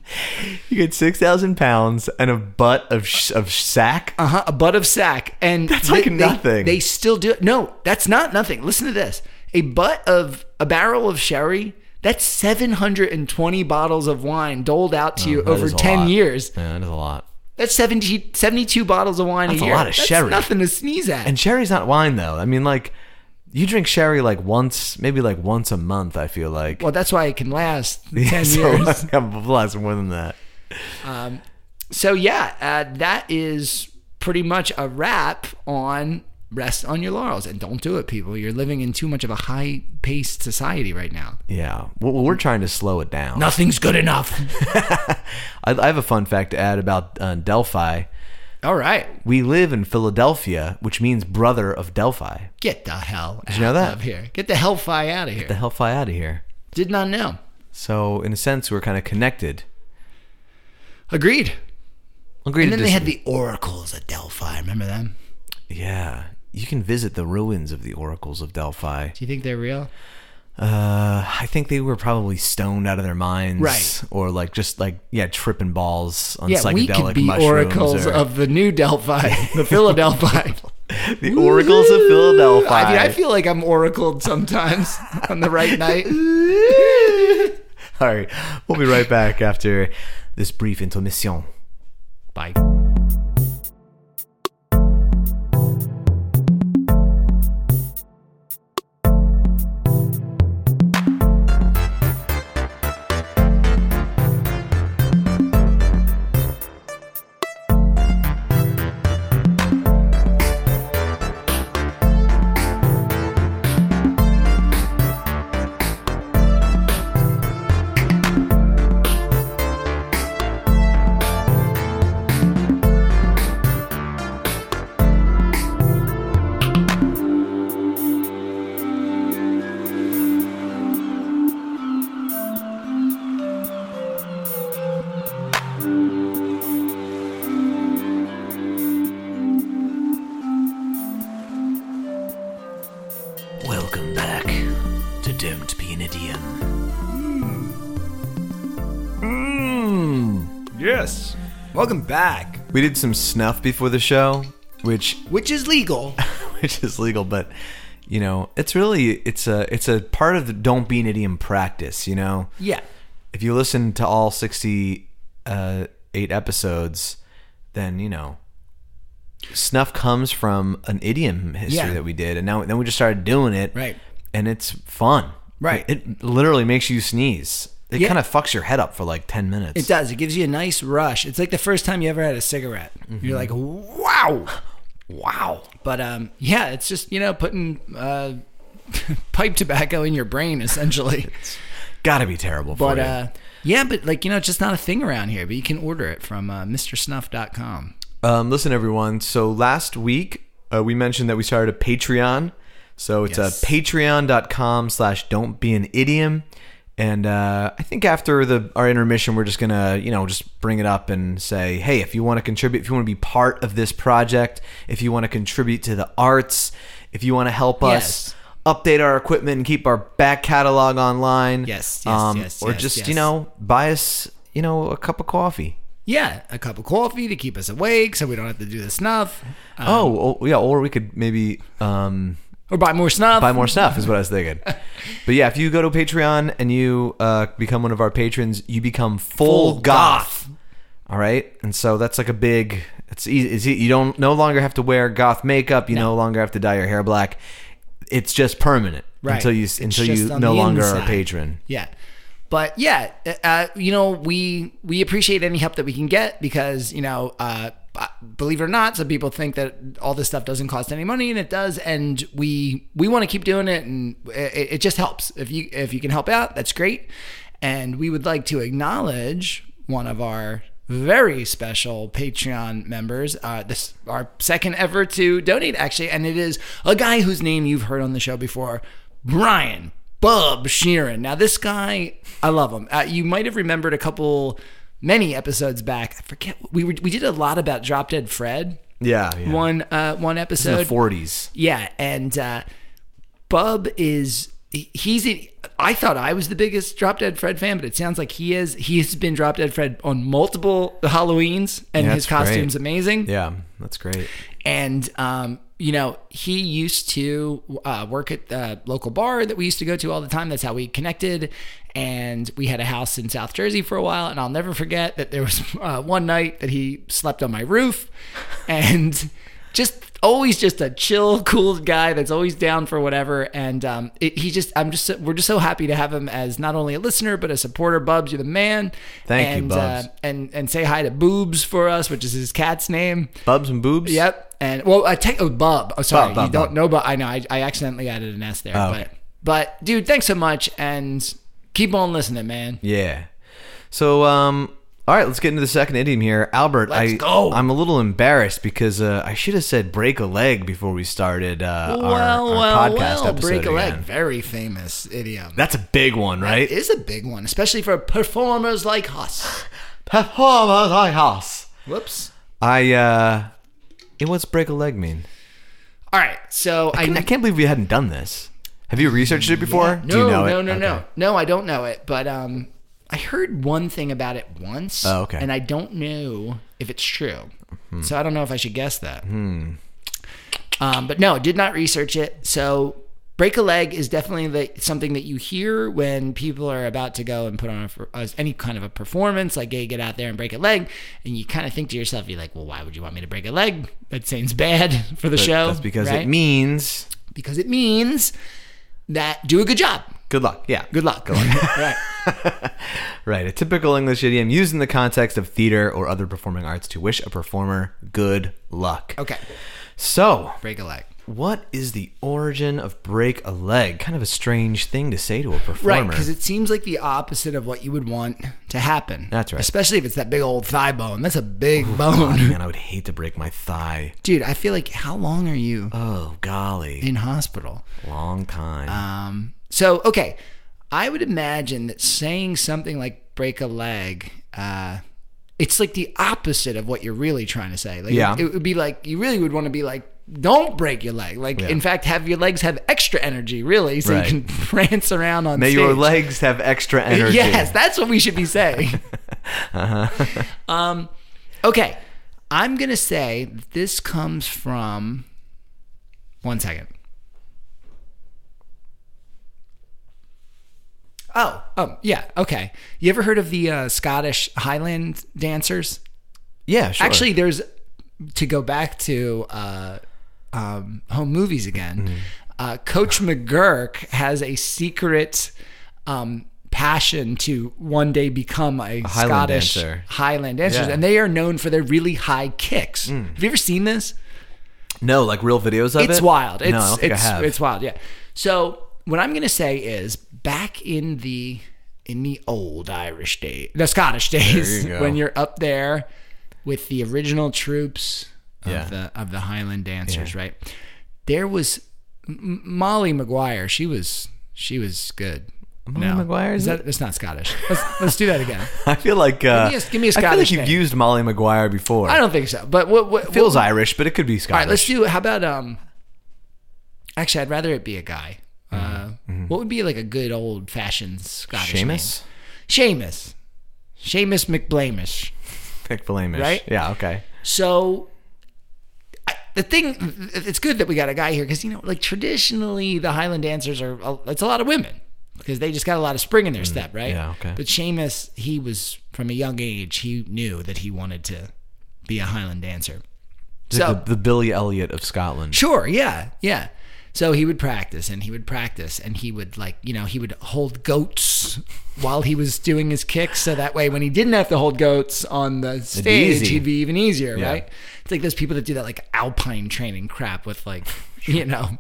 S1: You get six thousand pounds and a butt of sh- of sack.
S2: Uh huh. A butt of sack. And that's
S1: Uh-huh. like nothing.
S2: They still do it. No, that's not nothing. Listen to this a butt of a barrel of sherry. That's 720 bottles of wine doled out to you
S1: Oh, that
S2: over
S1: is a
S2: 10
S1: lot.
S2: years.
S1: Yeah, that is a lot.
S2: That's 70, 72 bottles of wine
S1: That's
S2: a
S1: a
S2: year.
S1: lot of sherry.
S2: nothing to sneeze at.
S1: And sherry's not wine though. I mean, like you drink sherry like once, maybe like once a month. I feel like. (laughs)
S2: Well, that's why it can last ten
S1: so
S2: years.
S1: like, I'm less more than that.
S2: So yeah, uh, that is pretty much a wrap on rest on your laurels and don't do it, people. You're living in too much of a high-paced society right now.
S1: Yeah, well, we're trying to slow it down.
S2: Nothing's good enough.
S1: (laughs) I, I have a fun fact to add about uh, Delphi.
S2: (laughs) All right,
S1: We live in Philadelphia, which means brother of Delphi.
S2: get the hell out
S1: you know that?
S2: of here. Get the hellfire out of here.
S1: The hellfire out of here.
S2: Did not know.
S1: So in a sense, we're kind of connected.
S2: Agreed.
S1: Agreed.
S2: And then
S1: to
S2: they
S1: dis-
S2: had the oracles at Delphi. Remember them?
S1: yeah. You can visit the ruins of the oracles of Delphi.
S2: Do you think they're real?
S1: Uh, I think they were probably stoned out of their minds,
S2: Right.
S1: Or like just like yeah, tripping balls on
S2: Yeah,
S1: psychedelic
S2: we could be
S1: mushrooms
S2: oracles
S1: or-
S2: of the new Delphi, the Philadelphi.
S1: (laughs) the oracles of Philadelphia.
S2: I mean, I
S1: (laughs)
S2: feel like I'm oracled sometimes on the right night.
S1: All right, we'll be right back after this brief intermission.
S2: Bye.
S1: Welcome back to Don't Be an Idiot. Hmm.
S2: Yes. Welcome back.
S1: We did some snuff before the show, which (laughs)
S2: Which is legal.
S1: which is legal, but you know, it's really it's a it's a part of the Don't Be an Idiot practice. You know,
S2: Yeah.
S1: if you listen to all 68 episodes, then, you know, snuff comes from an idiom history
S2: Yeah.
S1: that we did. And now then we just started doing it.
S2: Right.
S1: And it's fun.
S2: Right.
S1: It, it literally makes you sneeze. It
S2: Yeah.
S1: kind of fucks your head up for like 10 minutes.
S2: It does. It gives you a nice rush. It's like the first time you ever had a cigarette.
S1: Mm-hmm.
S2: You're like, wow, wow. But um, yeah, it's just you know putting uh, (laughs) pipe tobacco in your brain
S1: (laughs)
S2: essentially.
S1: Gotta be terrible for
S2: but
S1: you.
S2: uh, yeah, but like you know, it's just not a thing around here. But you can order it from uh, MrSnuff.com.
S1: Um, listen, everyone. So last week uh, we mentioned that we started a Patreon. So it's
S2: Yes.
S1: a patreon.com slash don't be an idiom. And uh, I think after the our intermission, we're just going to, you know, just bring it up and say, hey, if you want to contribute, if you want to be part of this project, if you want to contribute to the arts, if you want to help
S2: Yes.
S1: us update our equipment and keep our back catalog online. um,
S2: Yes, yes, yes,
S1: Or
S2: yes,
S1: just, you
S2: yes.
S1: know, buy us, you know, a cup of coffee.
S2: Yeah, a cup of coffee to keep us awake, so we don't have to do the snuff, uh,
S1: oh, oh, yeah. Or we could maybe um,
S2: or buy more snuff.
S1: buy more stuff, is what I was
S2: (laughs)
S1: thinking. but yeah, if you go to Patreon and you uh, become one of our patrons, you become full,
S2: Full
S1: goth.
S2: goth.
S1: All right, and so that's like a big. It's easy. It's, e- you don't no longer have to wear goth makeup. You no longer have to dye your hair black. It's just permanent
S2: Right.
S1: until you
S2: It's
S1: until
S2: just
S1: you
S2: on
S1: no
S2: the
S1: longer are a
S2: inside.
S1: patron.
S2: Yeah. But yeah, uh, you know, we we appreciate any help that we can get because you know, uh, b- believe it or not, some people think that all this stuff doesn't cost any money, and it does. And we we want to keep doing it, and it, it just helps. If you if you can help out, that's great. And we would like to acknowledge one of our very special Patreon members. Uh, this our second ever to donate actually, and it is a guy whose name you've heard on the show before, Brian Bub Sheeran. Now this guy, I love him. Uh, you might have remembered a couple, many episodes back. I forget we were, we did a lot about Drop Dead Fred.
S1: Yeah, yeah.
S2: One uh, one episode.
S1: in the forties.
S2: Yeah, and uh, Bub is he- he's. A, I thought I was the biggest Drop Dead Fred fan, but it sounds like he is. He has been Drop Dead Fred on multiple Halloweens, and
S1: Yeah, that's
S2: his
S1: great.
S2: costume's amazing.
S1: Yeah, that's great.
S2: And um, you know, he used to uh, work at the local bar that we used to go to all the time. That's how we connected. And we had a house in South Jersey for a while. And I'll never forget that there was (laughs) uh, one night that he slept on my roof, and (laughs) just always just a chill, cool guy that's always down for whatever. And um, it, he just, I'm just, so- we're just so happy to have him as not only a listener but a supporter. Bubs, you're the man.
S1: Thank you,
S2: and,
S1: Bubs.
S2: Uh, and and say hi to Boobs for us, which is his cat's name.
S1: Bubs and boobs.
S2: Yep. And well, uh, tech, oh, Bub. Oh, sorry,
S1: Bub, Bub,
S2: you don't
S1: Bub. Oh,
S2: know, but I know I, I accidentally added an S there.
S1: okay.
S2: But but dude, thanks so much, and keep on listening, man.
S1: Yeah. So um All right, let's get into the second idiom here. Albert,
S2: Let's
S1: I,
S2: go.
S1: I'm a little embarrassed because uh, I should have said break a leg before we started uh, our, our podcast episode.
S2: break a leg.
S1: again.
S2: Very famous idiom.
S1: That's a big one, right?
S2: It is a big one, especially for performers like
S1: (laughs)
S2: us.
S1: Performers I house.
S2: Whoops.
S1: (laughs) I, uh, hey, what's break a leg mean?
S2: All right, so I,
S1: I, can't believe we hadn't done this. Have you researched it before?
S2: No,
S1: Do you know
S2: no,
S1: it?
S2: no,
S1: Okay.
S2: no, no. I don't know it, but um, I heard one thing about it once.
S1: Oh, okay. Hmm.
S2: And I don't know if it's true, so I don't know if I should guess that. Um, but no, did not research it. So break a leg is definitely the, something that you hear when people are about to go and put on a, for- uh, any kind of a performance, like hey, get out there and break a leg, and you kind of think to yourself, you're like, well, why would you want me to break a leg? That sounds bad (laughs) for the show.
S1: That's because
S2: right?
S1: it means
S2: because it means that do a good job.
S1: good luck. Yeah.
S2: Good
S1: (laughs)
S2: luck. Good luck. (laughs) right.
S1: Right, a typical English idiom used in the context of theater or other performing arts to wish a performer good luck.
S2: Okay.
S1: So,
S2: Break a leg.
S1: what is the origin of break a leg? Kind of a strange thing to say to a
S2: Right,
S1: performer.
S2: because it seems like the opposite of what you would want to happen.
S1: That's right.
S2: Especially if it's that big old thigh bone. That's a big bone. (laughs)
S1: Man, I would hate to break my thigh.
S2: Dude, I feel like how long are you
S1: Oh, golly.
S2: in hospital?
S1: Long time.
S2: Um, so, okay. I would imagine that saying something like break a leg, uh, it's like the opposite of what you're really trying to say. Like,
S1: Yeah.
S2: It, would be like, you really would want to be like, don't break your leg. Like, in fact, have your legs have extra energy, really, so
S1: Right.
S2: you can (laughs) prance around on
S1: May
S2: stage.
S1: your legs have extra energy.
S2: Yes, that's what we should be saying. um, okay, I'm gonna say that this comes from. One second. Oh, oh, yeah, okay. You ever heard of the uh, Scottish Highland dancers?
S1: Yeah, sure.
S2: Actually, there's to go back to uh, um, home movies again.
S1: Mm-hmm.
S2: Uh, Coach McGurk has a secret um, passion to one day become a,
S1: Highland
S2: Scottish
S1: dancer.
S2: Highland dancers,
S1: Yeah. Mm.
S2: and they are known for their really high kicks. Have you ever seen this?
S1: no, like real videos of it?
S2: it's wild. It's
S1: no, I don't think
S2: it's
S1: I have.
S2: it's wild. Yeah. So what I'm gonna say is back in the in the old Irish days, the Scottish days,
S1: you go.
S2: when you're up there with the original troops of
S1: Yeah.
S2: the of the Highland dancers, right? There was M- Molly Maguire. She was she was good. Molly
S1: Maguire, is
S2: is that? It's not Scottish. Let's, let's do that again.
S1: (laughs) I feel like. Uh,
S2: Give me a- give me a
S1: I feel like
S2: Scottish
S1: you've
S2: name.
S1: used Molly Maguire before.
S2: I don't think so. But what what
S1: feels
S2: what,
S1: Irish, but it could be
S2: All
S1: Scottish.
S2: right, let's do. How about um? Actually, I'd rather it be a guy. Uh, What would be like a good old fashioned Scottish
S1: Mm-hmm. Seamus?
S2: name? Seamus. Seamus McBlamish.
S1: Pick Flamish.
S2: Right?
S1: Yeah, okay.
S2: So I, the thing, it's good that we got a guy here because you know, like traditionally the Highland dancers are uh, it's a lot of women because they just got a lot of spring in their step, right?
S1: Mm, yeah, okay.
S2: But Seamus, he was from a young age, he knew that he wanted to be a Highland dancer. So
S1: the, the Billy Elliot of Scotland.
S2: Sure, yeah, yeah. So he would practice and he would practice and he would like, you know, he would hold goats while he was doing his kicks so that way when he didn't have to hold goats on the stage,
S1: easy.
S2: he'd be even easier,
S1: Yeah.
S2: right? It's like those people that do that like alpine training crap with like, you know,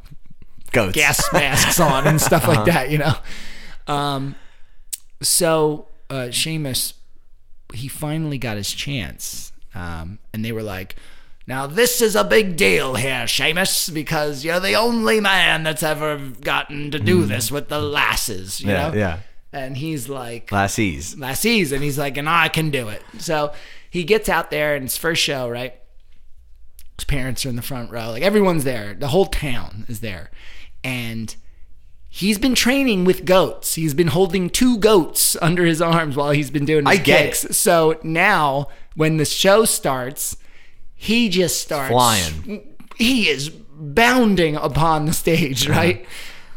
S1: Goats.
S2: gas masks on and stuff
S1: Uh-huh.
S2: like that, you know. Um, so uh, Seamus, he finally got his chance, um, and they were like, "Now this is a big deal here, Seamus, because you're the only man that's ever gotten to do this with the lasses, you
S1: Hmm. Yeah,
S2: know."
S1: yeah.
S2: And he's like,
S1: Lassies.
S2: Lassies, and he's like, and I can do it. So he gets out there and his first show, right? His parents are in the front row, like everyone's there, the whole town is there, and he's been training with goats. He's been holding two goats (laughs) under his arms while he's been doing his
S1: I get
S2: kicks. So now when the show starts, he just starts
S1: Flying.
S2: He is bounding upon the stage, right?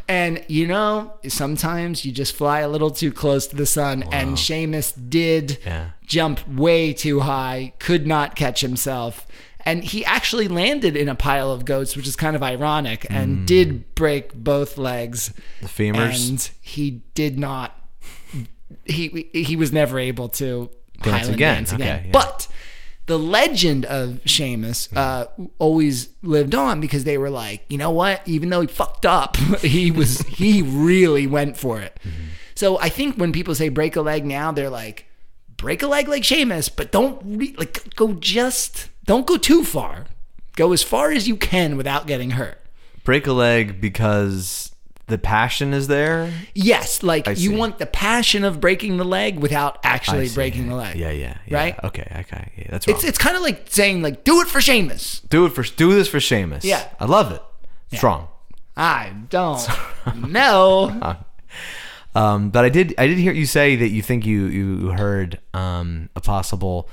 S2: And you know, sometimes you just fly a little too close to the sun, and Seamus did
S1: Yeah.
S2: jump way too high, could not catch himself. And he actually landed in a pile of goats, which is kind of ironic, and did break both legs.
S1: The femurs.
S2: And he did not. He he was never able to
S1: Dance
S2: Highland
S1: again.
S2: dance
S1: Okay,
S2: again.
S1: yeah.
S2: But the legend of Seamus uh, always lived on because they were like, you know what? Even though he fucked up, (laughs) he was
S1: Mm-hmm.
S2: he really went for it. So I think when people say break a leg now, they're like. break a leg like Sheamus, but don't re- like go just don't go too far. Go as far as you can without getting hurt.
S1: Break a leg because the passion is there.
S2: Yes, like you
S1: see.
S2: want the passion of breaking the leg without actually breaking the leg.
S1: Yeah, yeah, yeah.
S2: Right?
S1: Okay, okay. Yeah, that's wrong.
S2: It's it's kind of like saying like do it for Sheamus.
S1: do it for do this for Seamus.
S2: Yeah.
S1: I love it. Strong.
S2: I
S1: (laughs)
S2: don't know.
S1: Um, but I did I did hear you say that you think you you heard um, a possible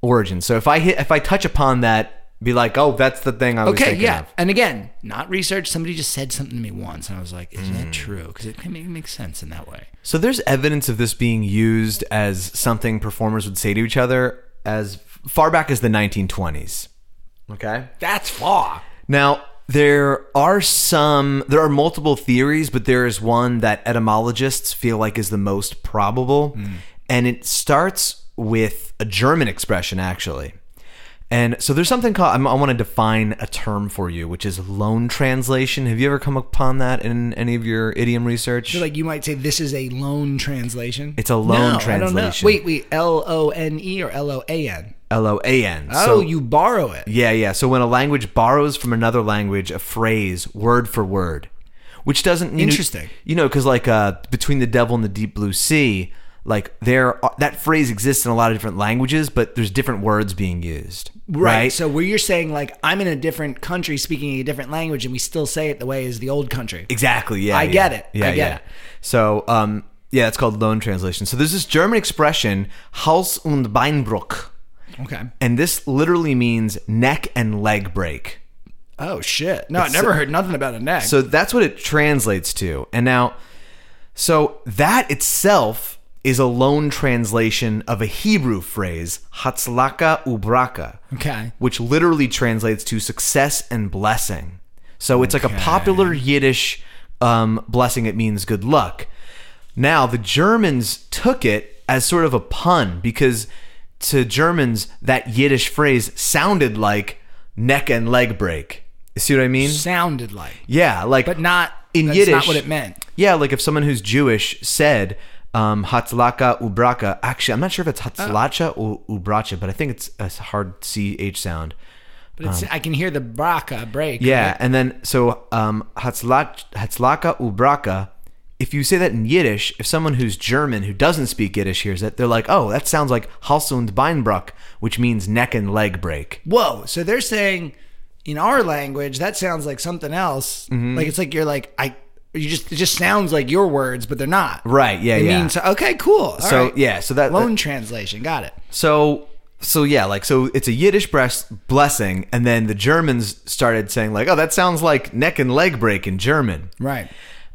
S1: origin. So if I hit if I touch upon that, be like, oh, that's the thing I was
S2: Okay,
S1: thinking
S2: yeah.
S1: of.
S2: And again, not research. Somebody just said something to me once, and I was like, "Is
S1: Mm.
S2: that true?" Because it can make, makes sense in that way.
S1: So there's evidence of this being used as something performers would say to each other as far back as the 1920s. Okay.
S2: That's far.
S1: Now, there are some, there are multiple theories, but there is one that etymologists feel like is the most probable.
S2: Hmm.
S1: And it starts with a German expression, actually. And so there's something called, I'm, I want to define a term for you, which is loan translation. Have you ever come upon that in any of your idiom research?
S2: Like you might say, this is a loan translation.
S1: It's a loan
S2: No, I don't know.
S1: translation.
S2: Wait, wait. L O N E or L O A N?
S1: L O A N.
S2: Oh, you borrow it.
S1: Yeah, yeah. So when a language borrows from another language a phrase word for word, which doesn't you know-
S2: Interesting.
S1: you know, because like uh, between the devil and the deep blue sea, like there are, that phrase exists in a lot of different languages, but there's different words being used,
S2: Right.
S1: right?
S2: So where you're saying like I'm in a different country speaking a different language and we still say it the way as the old country.
S1: Exactly. Yeah.
S2: I
S1: yeah.
S2: get it. I
S1: Yeah.
S2: get
S1: yeah.
S2: it.
S1: So, um, yeah, it's called loan translation. So there's this German expression, Hals und Beinbruch,
S2: Okay.
S1: and this literally means neck and leg break.
S2: Oh shit. No, I never heard nothing about a neck.
S1: So that's what it translates to. And now, so that itself is a loan translation of a Hebrew phrase, hatzlaka ubraka,
S2: okay.
S1: which literally translates to success and blessing. So it's like a popular Yiddish um, blessing. It means good luck. Now, the Germans took it as sort of a pun because to Germans, that Yiddish phrase sounded like neck and leg break. You see what I mean?
S2: Sounded like,
S1: Yeah, like
S2: but not
S1: in
S2: that's
S1: Yiddish.
S2: Not what it meant.
S1: Yeah, like if someone who's Jewish said um, "Hatzlaka ubraka," actually, I'm not sure if
S2: Uh.
S1: it's "Hatzlacha" or "Ubracha," but I think it's a hard ch sound.
S2: But it's, I can hear the braka break.
S1: Um. Yeah, and then so um, "Hatzlach- "Hatzlaka ubraka." If you say that in Yiddish, if someone who's German who doesn't speak Yiddish hears it, they're like, "Oh, that sounds like Hals und Beinbruch," which means neck and leg break.
S2: Whoa. So they're saying in our language that sounds like something else.
S1: Mm-hmm.
S2: Like it's like you're like I. You just it just sounds like your words, but they're not.
S1: Right? Yeah.
S2: It
S1: yeah.
S2: means okay, cool. All
S1: so
S2: right.
S1: yeah. So that
S2: Loan translation. Got it.
S1: So so yeah, like so it's a Yiddish breast blessing, and then the Germans started saying like, oh, that sounds like neck and leg break in German,
S2: Right.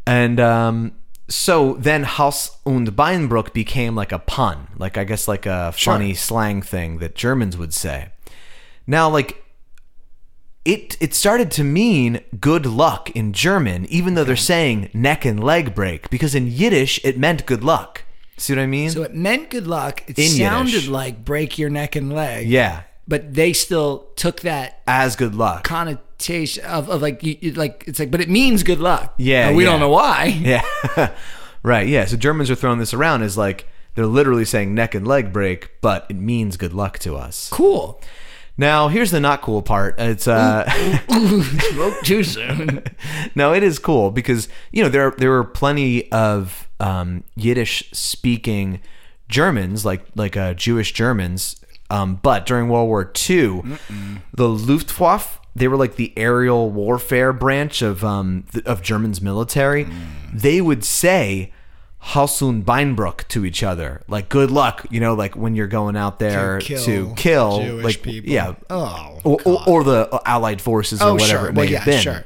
S1: and um, so then Haus und Beinbruch became like a pun, like I guess like a funny slang thing that Germans would say. Now like. It, it started to mean good luck in German, even though they're saying neck and leg break, because in Yiddish it meant good luck. See what I mean?
S2: So it meant good luck. It
S1: Yiddish.
S2: sounded like break your neck and leg.
S1: yeah,
S2: But they still took that
S1: as good luck.
S2: connotation of, of like you, you- like it's like, but it means good luck.
S1: Yeah,
S2: And we
S1: yeah.
S2: don't know why.
S1: (laughs) Yeah. right. Yeah. So Germans are throwing this around as like they're literally saying neck and leg break, but it means good luck to us.
S2: Cool. (laughs)
S1: Now, here's the not cool part. It's (laughs) uh
S2: Spoke
S1: (laughs)
S2: too soon.
S1: no, it is cool because you know there there were plenty of um, Yiddish speaking Germans, like like uh, Jewish Germans. Um, but during World War II, the Luftwaffe they were like the aerial warfare branch of um, th- of Germans military. They would say. Halsund Beinbruch to each other, like good luck, you know, like when you're going out there to kill,
S2: kill Jewish
S1: like
S2: people.
S1: yeah,
S2: Oh.
S1: or, or, or the uh, Allied forces or
S2: Oh,
S1: whatever
S2: sure.
S1: it may
S2: Well, yeah,
S1: have been
S2: sure.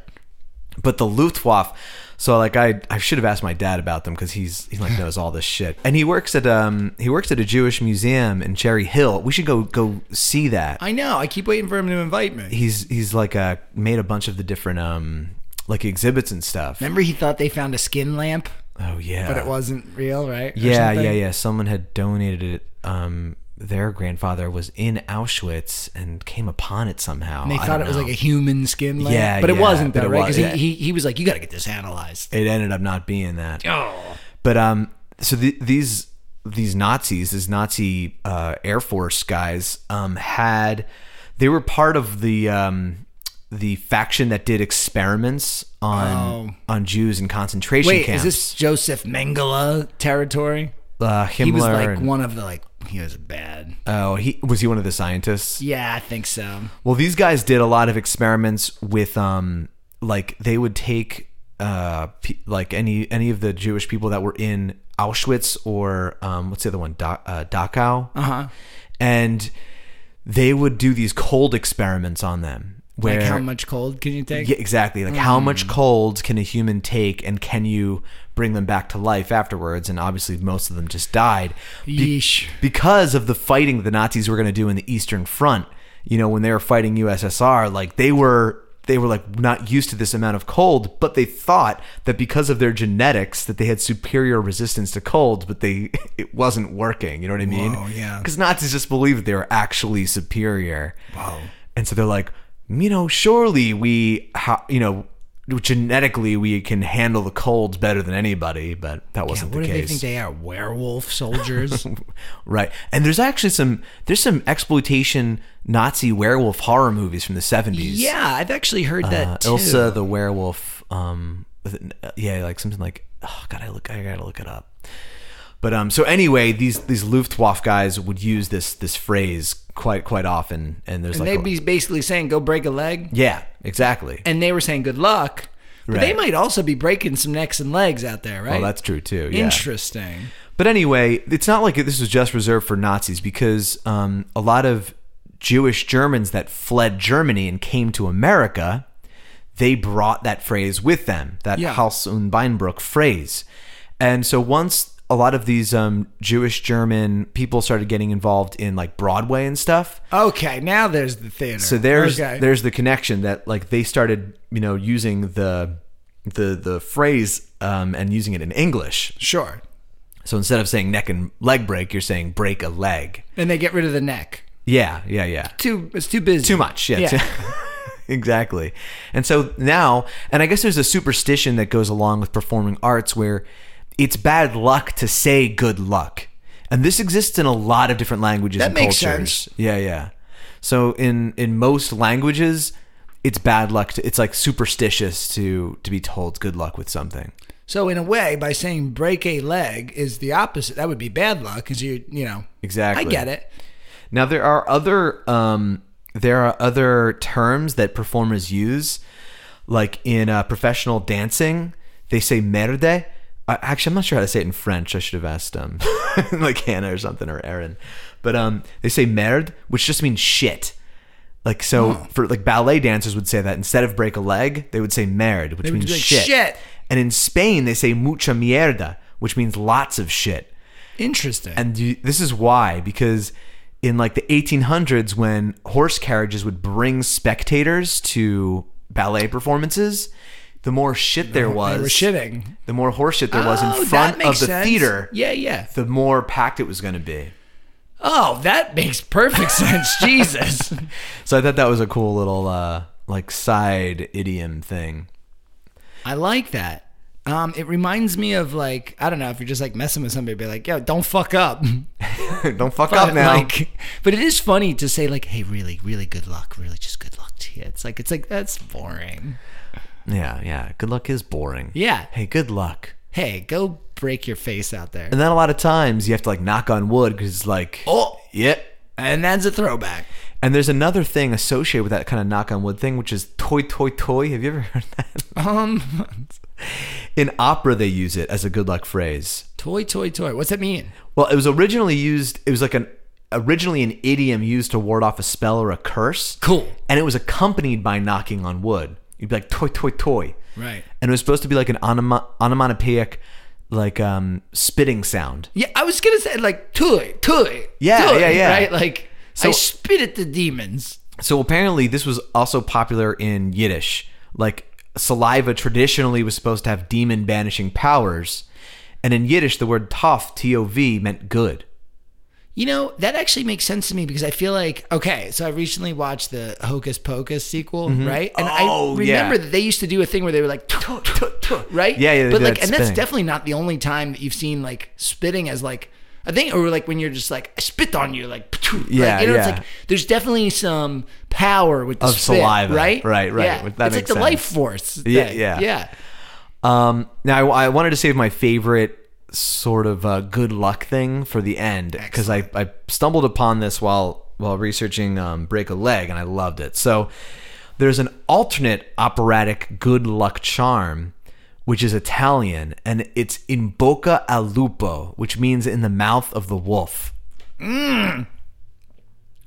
S1: but the Luftwaffe. So like I, I should have asked my dad about them because he's he like knows all this shit, and he works at um he works at a Jewish museum in Cherry Hill. We should go go see that.
S2: I know. I keep waiting for him to invite me.
S1: He's he's like uh made a bunch of the different um like exhibits and stuff.
S2: Remember, he thought they found a skin lamp,
S1: Oh yeah,
S2: but it wasn't real, right? Or
S1: yeah
S2: something?
S1: yeah yeah. Someone had donated it. Um, their grandfather was in Auschwitz and came upon it somehow.
S2: They
S1: I
S2: thought
S1: don't
S2: it was
S1: know.
S2: like a human skin lamp,
S1: Yeah,
S2: but it
S1: yeah,
S2: wasn't
S1: but
S2: though,
S1: it
S2: right?
S1: was-
S2: Because
S1: yeah.
S2: he, he he was like, "You got to get this analyzed."
S1: It ended up not being that.
S2: Oh,
S1: But um, so the, these these Nazis, these Nazi uh, Air Force guys, um, had they were part of the um, the faction that did experiments on on Jews in concentration
S2: Oh. Wait,
S1: camps.
S2: is this Joseph Mengele territory?
S1: uh, Himmler?
S2: He was like
S1: and-
S2: one of the like he was bad.
S1: oh, he was he one of the scientists?
S2: Yeah, I think so.
S1: Well, these guys did a lot of experiments with um like they would take uh pe- like any any of the Jewish people that were in Auschwitz or um what's the other one da- uh, Dachau. Uh-huh. And they would do these cold experiments on them where
S2: Like how Mm. much cold can you take?
S1: yeah, exactly. Like, how much cold can a human take, and can you bring them back to life afterwards? And obviously, most of them just died be-
S2: Yeesh.
S1: because of the fighting the Nazis were going to do in the Eastern Front. You know, when they were fighting USSR, like they were, they were like not used to this amount of cold, but they thought that because of their genetics that they had superior resistance to cold, but they (laughs) it wasn't working. You know what I mean?
S2: Whoa, yeah.
S1: Because Nazis just believed that they were actually superior. And so they're like, you know, surely we, ha- you know, genetically we can handle the colds better than anybody, but that wasn't
S2: What
S1: the
S2: do
S1: case.
S2: they think they are?
S1: (laughs)
S2: Werewolf soldiers?
S1: right. And there's actually some there's some exploitation Nazi werewolf horror movies from the 70s.
S2: yeah, I've actually heard
S1: Uh,
S2: that too.
S1: Ilsa the werewolf um yeah, like something like oh god, I look I got to look it up. But um so anyway, these these Luftwaffe guys would use this this phrase quite quite often and there's
S2: and
S1: like a-
S2: they'd be basically saying go break a leg,
S1: yeah, exactly.
S2: and they were saying good luck. But they
S1: Right.
S2: might also be breaking some necks and legs out there, right?
S1: Oh, that's true too. Yeah.
S2: interesting.
S1: But anyway, it's not like this was just reserved for Nazis because um, a lot of Jewish Germans that fled Germany and came to America, they brought that phrase with them, that
S2: Yeah.
S1: Haus und Beinbruch phrase. And so once a lot of these um, Jewish German people started getting involved in like Broadway and stuff,
S2: Okay, now there's the theater.
S1: so there's
S2: okay.
S1: there's the connection that like they started you know using the the the phrase um, and using it in English
S2: sure,
S1: so instead of saying neck and leg break, you're saying break a leg.
S2: and they get rid of the neck.
S1: Yeah, yeah, yeah.
S2: Too it's too busy.
S1: Too much. Yeah. (laughs) exactly. And so now, and I guess there's a superstition that goes along with performing arts where it's bad luck to say good luck. And this exists in a lot of different languages
S2: That
S1: and
S2: makes
S1: cultures.
S2: sense.
S1: Yeah, yeah. So in in most languages, it's bad luck to it's like superstitious to to be told good luck with something.
S2: So in a way, by saying break a leg is the opposite. That would be bad luck because you you know
S1: Exactly.
S2: I get it.
S1: Now there are other um, there are other terms that performers use, like in uh, professional dancing, they say merde. Uh, actually, I'm not sure how to say it in French. I should have asked um, (laughs) like Hannah or something or Aaron, but um, they say merde, which just means shit. Like so, for like ballet dancers would say that instead of break a leg, they would say merde, which
S2: would
S1: means
S2: be like,
S1: shit.
S2: "Shit."
S1: And in Spain, they say mucha mierda, which means lots of shit.
S2: Interesting.
S1: And you, this is why, because in like the 1800s, when horse carriages would bring spectators to ballet performances, the more shit there was,
S2: they were shitting.
S1: the more horse shit there was
S2: Oh,
S1: in
S2: that
S1: front of
S2: makes
S1: the
S2: sense.
S1: theater,
S2: Yeah, yeah.
S1: the more packed it was going to be.
S2: Oh, that
S1: (laughs)
S2: makes perfect sense. Jesus.
S1: So I thought that was a cool little uh, like side idiom thing. (laughs)
S2: I like that. Um, it reminds me of like I don't know if you're just like messing with somebody, be like, yo, don't
S1: (laughs)
S2: fuck up.
S1: Don't fuck up now.
S2: Like, but it is funny to say like, hey, really, really good luck, really just good luck to you. It's like it's like that's boring.
S1: yeah, yeah. Good luck is boring.
S2: Yeah.
S1: Hey, good luck.
S2: Hey, go break your face out there.
S1: And then a lot of times you have to like knock on wood because like,
S2: Oh,
S1: yep,
S2: and that's a throwback.
S1: And there's another thing associated with that kind of knock on wood thing, which is toy, toy, toy. Have you ever (laughs) heard that?
S2: Um, (laughs)
S1: In opera, they use it as a good luck phrase.
S2: toy, toy, toy. What's that mean?
S1: Well, it was originally used. It was like an originally an idiom used to ward off a spell or a curse.
S2: Cool.
S1: And it was accompanied by knocking on wood. You'd be like toy, toy, toy.
S2: Right.
S1: And it was supposed to be like an onoma- onomatopoeic, like um, spitting sound.
S2: Yeah, I was gonna say like toy, toy.
S1: Yeah,
S2: toy,
S1: yeah, yeah.
S2: Right, like
S1: So-
S2: I spit at the demons.
S1: So apparently, this was also popular in Yiddish. Like saliva traditionally was supposed to have demon banishing powers, and in Yiddish, the word "tov" t o v meant good.
S2: You know, that actually makes sense to me because I feel like, okay, so I recently watched the Hocus Pocus sequel, right? And
S1: Oh,
S2: I
S1: yeah.
S2: remember that they used to do a thing where they were like, right?
S1: Yeah, yeah, they
S2: But
S1: do
S2: like,
S1: that
S2: and that's
S1: spinning.
S2: definitely not the only time that you've seen like spitting as like I think, or like when you're just like I spit on you, like ptoo,
S1: Yeah,
S2: like, you know,
S1: yeah.
S2: it's like there's definitely some power with the
S1: Of
S2: spit,
S1: saliva.
S2: right?
S1: Right, right.
S2: Yeah.
S1: That makes
S2: It's like the life
S1: sense.
S2: force.
S1: Yeah,
S2: thing.
S1: yeah.
S2: yeah.
S1: Um, now I, I wanted to save my favorite sort of uh, good luck thing for the end because I, I stumbled upon this while while researching um, break a leg and I loved it. So there's an alternate operatic good luck charm which is Italian and it's in bocca al lupo, which means in the mouth of the wolf.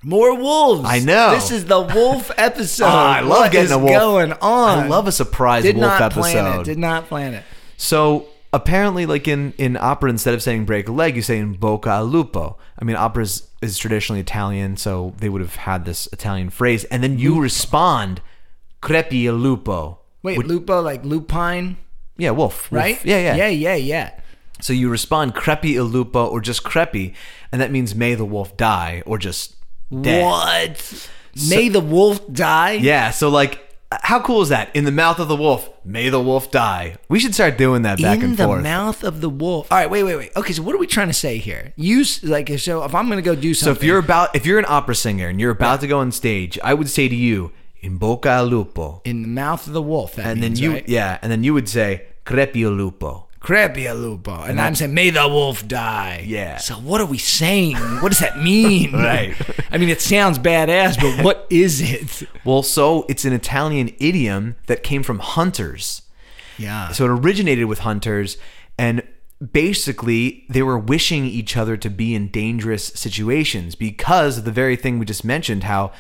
S2: More wolves.
S1: I know.
S2: This is the wolf episode.
S1: (laughs) Ah, I love
S2: What
S1: getting
S2: is
S1: a wolf.
S2: going on.
S1: I love a surprise
S2: Did
S1: wolf
S2: not
S1: episode.
S2: plan it. Did not plan it.
S1: So apparently, like in in opera, instead of saying break a leg, you say in bocca al lupo. I mean, opera is, is traditionally Italian, so they would have had this Italian phrase, and then you respond, crepi il lupo.
S2: Wait, Lupo like lupine,
S1: Yeah, wolf, wolf.
S2: right?
S1: Yeah, yeah,
S2: yeah, yeah, yeah.
S1: So you respond crepi il lupo, or just crepi, and that means may the wolf die, or just dead.
S2: What? May the wolf die?
S1: Yeah. So like. How cool is that? In the mouth of the wolf, may the wolf die. We should start doing that back
S2: in
S1: and
S2: the
S1: forth.
S2: mouth of the wolf. All right, wait, wait, wait. Okay, so what are we trying to say here? Use like so. If I'm gonna go do
S1: So
S2: something,
S1: if you're about if you're an opera singer and you're about to go on stage, I would say to you in bocca al lupo,
S2: in the mouth of the wolf, that
S1: and then you yeah, and then you would say crepi al lupo.
S2: crepia lupo, and, I'm saying may the wolf die.
S1: Yeah.
S2: So what are we saying? What does that mean?
S1: (laughs) Right.
S2: I mean, it sounds badass, but
S1: (laughs)
S2: what is it?
S1: Well, so it's an Italian idiom that came from hunters.
S2: Yeah.
S1: So it originated with hunters, and basically they were wishing each other to be in dangerous situations because of the very thing we just mentioned how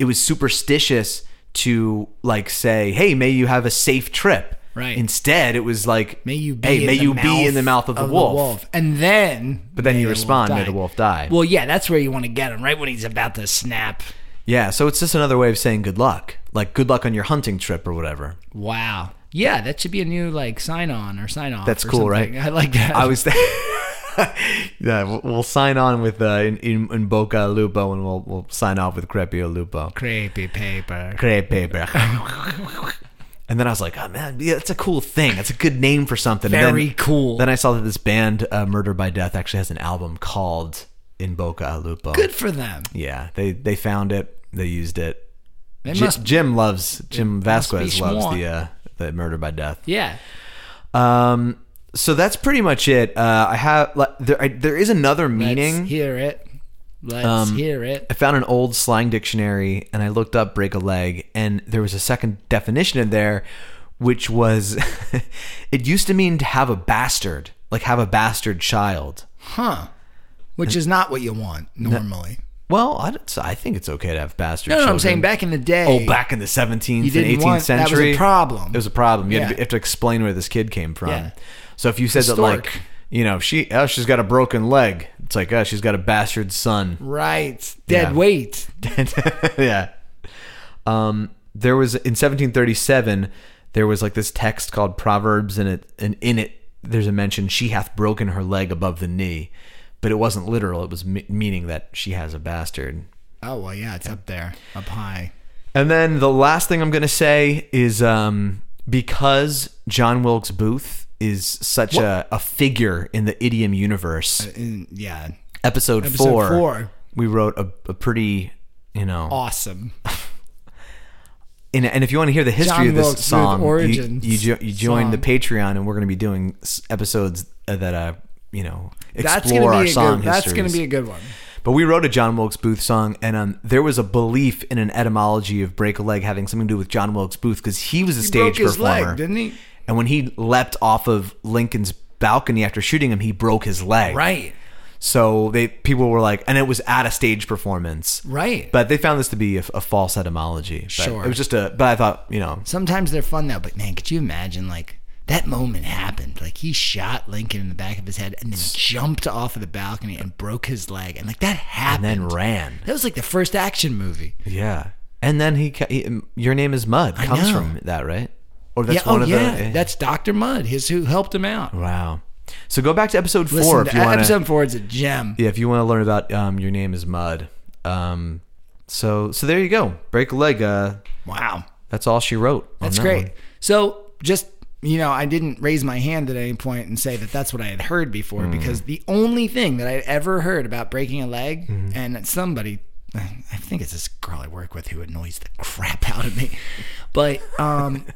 S1: it was superstitious to like say, "Hey, may you have a safe trip."
S2: Right.
S1: Instead, it was like,
S2: May you be
S1: hey,
S2: in
S1: may
S2: the
S1: you
S2: mouth
S1: be in the mouth of the, wolf.
S2: And then
S1: But then
S2: may
S1: you
S2: the wolf
S1: respond, "May
S2: die."
S1: the wolf die."
S2: Well, yeah, that's where you want to get him, right when he's about to snap.
S1: Yeah, so it's just another way of saying good luck, like good luck on your hunting trip or whatever.
S2: Wow. Yeah, that should be a new like sign on or sign off.
S1: That's
S2: or
S1: cool,
S2: something. (laughs)
S1: right?
S2: I like that.
S1: I was. (laughs) yeah, we'll- we'll sign on with uh, in, in, in Boca Lupo, and we'll we'll sign off with Crepio Lupo.
S2: creepy paper.
S1: Crepe paper. and then I was like, oh man, yeah, that's a cool thing. That's a good name for something. And
S2: Very
S1: then,
S2: cool.
S1: Then I saw that this band, uh, Murder by Death, actually has an album called In Boca a Lupo.
S2: Good for them.
S1: Yeah, they they found it. They used it.
S2: They
S1: J-
S2: must.
S1: Jim loves Jim Vasquez loves
S2: smart.
S1: the uh, the Murder by Death.
S2: yeah.
S1: Um, so that's pretty much it. Uh, I have like, there. I, there is another meaning. Um,
S2: Let's hear it. Let's hear it.
S1: I found an old slang dictionary and I looked up break a leg, and there was a second definition in there, which was (laughs) it used to mean to have a bastard, like have a bastard child.
S2: Huh. Which is not what you want normally.
S1: Well, I, don't- I think it's okay to have bastard
S2: No, no,
S1: children.
S2: I'm saying back in the day.
S1: Oh, back in the 17th
S2: You
S1: and
S2: didn't
S1: 18th
S2: want- that was a
S1: century.
S2: problem.
S1: It was a problem. You, had to,
S2: Yeah.
S1: be- you have to explain where this kid came from.
S2: Yeah.
S1: So if you said that, like,
S2: Historic.
S1: you know, she, oh, she's got a broken leg, it's like, oh, she's got a bastard son.
S2: Right. Dead
S1: Yeah.
S2: weight.
S1: (laughs) yeah. Um, there was in 1737, there was like this text called Proverbs, and it and in it there's a mention she hath broken her leg above the knee, but it wasn't literal. It was me- meaning that she has a bastard.
S2: Oh well, yeah, it's up there, up high.
S1: And then the last thing I'm gonna say is um, because John Wilkes Booth is such a, a figure in the idiom universe.
S2: In, yeah.
S1: Episode,
S2: Episode
S1: four,
S2: four.
S1: we wrote a, a pretty, you know,
S2: Awesome.
S1: and, and if you want to hear the history
S2: John
S1: of this
S2: Wilkes Booth
S1: song, you,
S2: origins
S1: you, jo- you join the
S2: song.
S1: Patreon, and we're going to be doing s- episodes uh, that uh, you know explore
S2: That's gonna
S1: our
S2: be a
S1: song
S2: good. That's gonna
S1: histories.
S2: be a good one.
S1: But we wrote a John Wilkes Booth song, and um, there was a belief in an etymology of "break a leg" having something to do with John Wilkes Booth because he was a
S2: broke
S1: stage
S2: his
S1: performer,
S2: leg, didn't he?
S1: And when he leapt off of Lincoln's balcony after shooting him, he broke his leg.
S2: Right.
S1: So they people were like, and it was at a stage performance.
S2: Right.
S1: But they found this to be a, a false etymology. But
S2: Sure.
S1: It was just a. But I thought, you know,
S2: Sometimes they're fun though, but man, could you imagine like that moment happened? Like he shot Lincoln in the back of his head and then jumped off of the balcony and broke his leg, and like that
S1: and
S2: happened.
S1: then ran.
S2: that was like the first action movie.
S1: Yeah. And then he, ca- he your name is Mud comes
S2: know.
S1: from that, right? Or that's
S2: yeah,
S1: one
S2: oh
S1: of
S2: yeah,
S1: the eh.
S2: that's Doctor Mudd, his who helped him out.
S1: wow. So go back to episode
S2: Listen,
S1: four
S2: to-
S1: if you want to.
S2: episode four is a gem.
S1: Yeah, if you want to learn about um, your name is Mud. Um, so so there you go. Break a leg. Uh,
S2: Wow,
S1: that's all she wrote. on
S2: that's
S1: that
S2: great.
S1: one.
S2: So just you know, I didn't raise my hand at any point and say that that's what I had heard before because the only thing that I'd ever heard about breaking a leg and somebody, I think it's this girl I work with who annoys the crap out of me, but, um,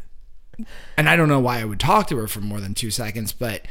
S2: and I don't know why I would talk to her for more than two seconds, but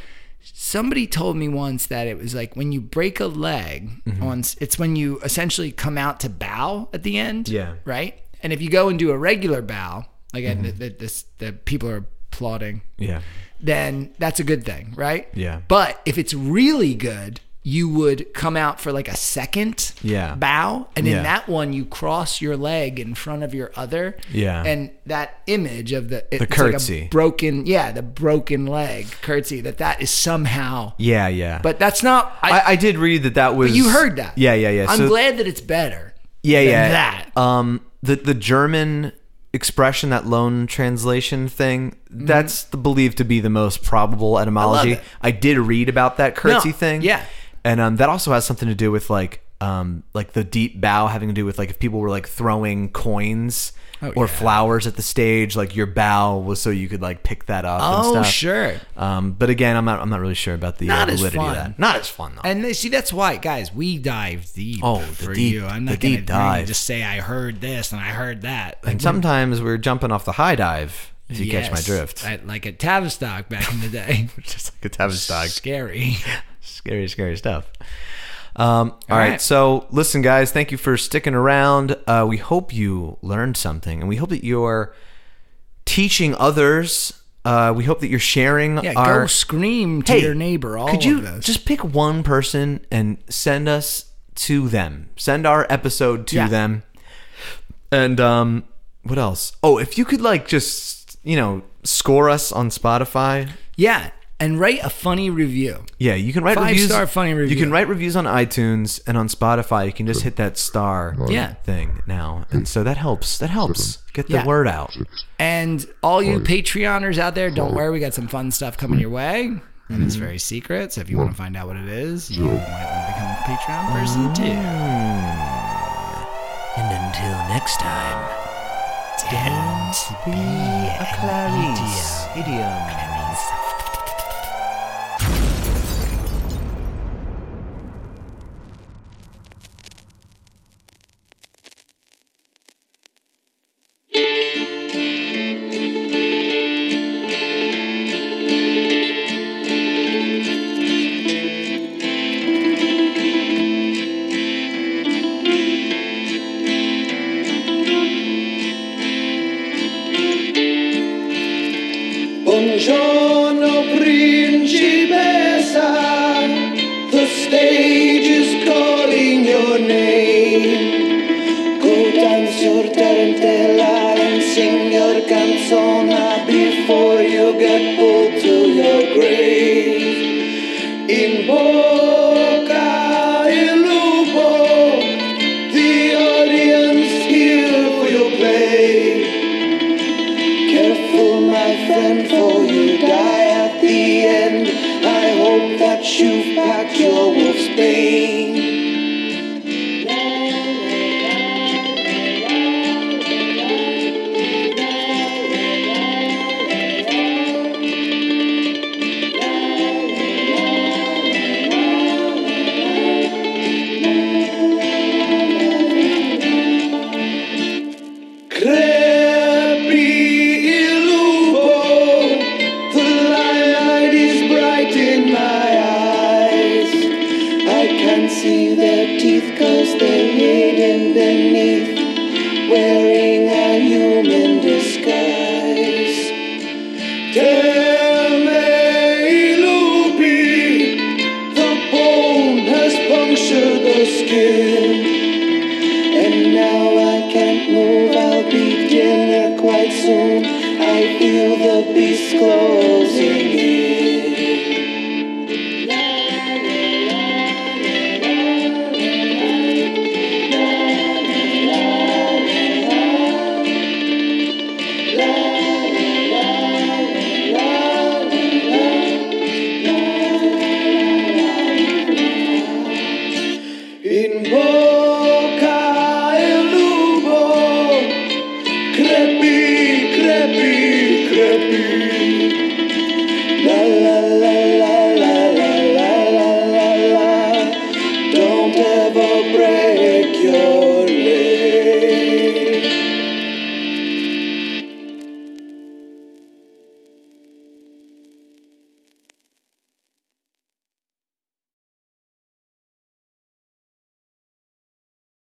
S2: somebody told me once that it was like when you break a leg on s it's when you essentially come out to bow at the end.
S1: Yeah.
S2: Right. And if you go and do a regular bow, like I the, the, this, the people are applauding
S1: Yeah.
S2: then that's a good thing, right?
S1: Yeah.
S2: But if it's really good, you would come out for like a second
S1: Yeah.
S2: bow. And in
S1: Yeah.
S2: that one, you cross your leg in front of your other.
S1: Yeah.
S2: And that image of the, it's like a
S1: curtsy.
S2: broken, yeah, the broken leg curtsy, that that is somehow,
S1: Yeah. Yeah.
S2: but that's not, I,
S1: I, I did read that that was.
S2: you heard that.
S1: Yeah. Yeah. Yeah.
S2: I'm
S1: so,
S2: glad that it's better.
S1: yeah.
S2: than
S1: Yeah.
S2: that.
S1: Um. The the German expression that loan translation thing that's the, believed to be the most probable etymology.
S2: Mm-hmm. it.
S1: I did read about that curtsy
S2: No,
S1: thing.
S2: yeah.
S1: And um, that also has something to do with like um, like the deep bow having to do with like if people were like throwing coins
S2: Oh,
S1: or flowers at the stage, like your bow was so you could like pick that up. and
S2: Oh,
S1: stuff.
S2: sure.
S1: Um, but again, I'm not I'm not really sure about the
S2: Not
S1: uh,
S2: as
S1: validity
S2: fun.
S1: of that. Not as fun though.
S2: And they- see, that's why, guys, we dive deep
S1: Oh, the
S2: for
S1: deep-
S2: you. I'm
S1: the
S2: not
S1: deep
S2: going
S1: dive.
S2: to just say I heard this and I heard that. Like,
S1: and sometimes we're jumping off the high dive. If you catch my
S2: Yes,
S1: drift,
S2: at- like at Tavistock back in the day. (laughs)
S1: just like a Tavistock.
S2: Scary.
S1: scary, scary stuff. Um, all right.
S2: right.
S1: So, listen, guys, thank you for sticking around. Uh, we hope you learned something, and we hope that you're teaching others. Uh, we hope that you're sharing
S2: Yeah,
S1: our.
S2: go scream to
S1: Hey,
S2: your neighbor all
S1: could you
S2: of this.
S1: just pick one person and send us to them? Send our episode to
S2: Yeah.
S1: them. And um, what else? Oh, if you could like just you know score us on Spotify.
S2: yeah, and write a funny review.
S1: Yeah, you can write
S2: Five
S1: reviews.
S2: star funny review.
S1: You can write reviews on iTunes and on Spotify. You can just hit that star
S2: Yeah.
S1: thing now, and so that helps. That helps get the
S2: Yeah.
S1: word out.
S2: And all you Patreoners out there, don't worry, we got some fun stuff coming your way. And it's very secret, so if you want to find out what it is, you might want to become a Patreon person too.
S1: And until next time,
S2: Don't be
S1: a
S2: a
S1: Clarice idiom.
S3: Buongiorno principessa, the stage is calling your name. Go dance your tarantella and sing your canzona before you get pulled to your grave. In bocca il lupo, the audience here for your play. Careful, my friend, for you die at the end. I hope that you've packed your wolf's bane. Crepi il lupo, the light is bright in my eyes. I can see their teeth cause they're hidden beneath, wearing a human disguise. Teme i lupi, the bone has punctured the skin. And now I can't move, I'll be dinner quite soon. I feel the beast closing in.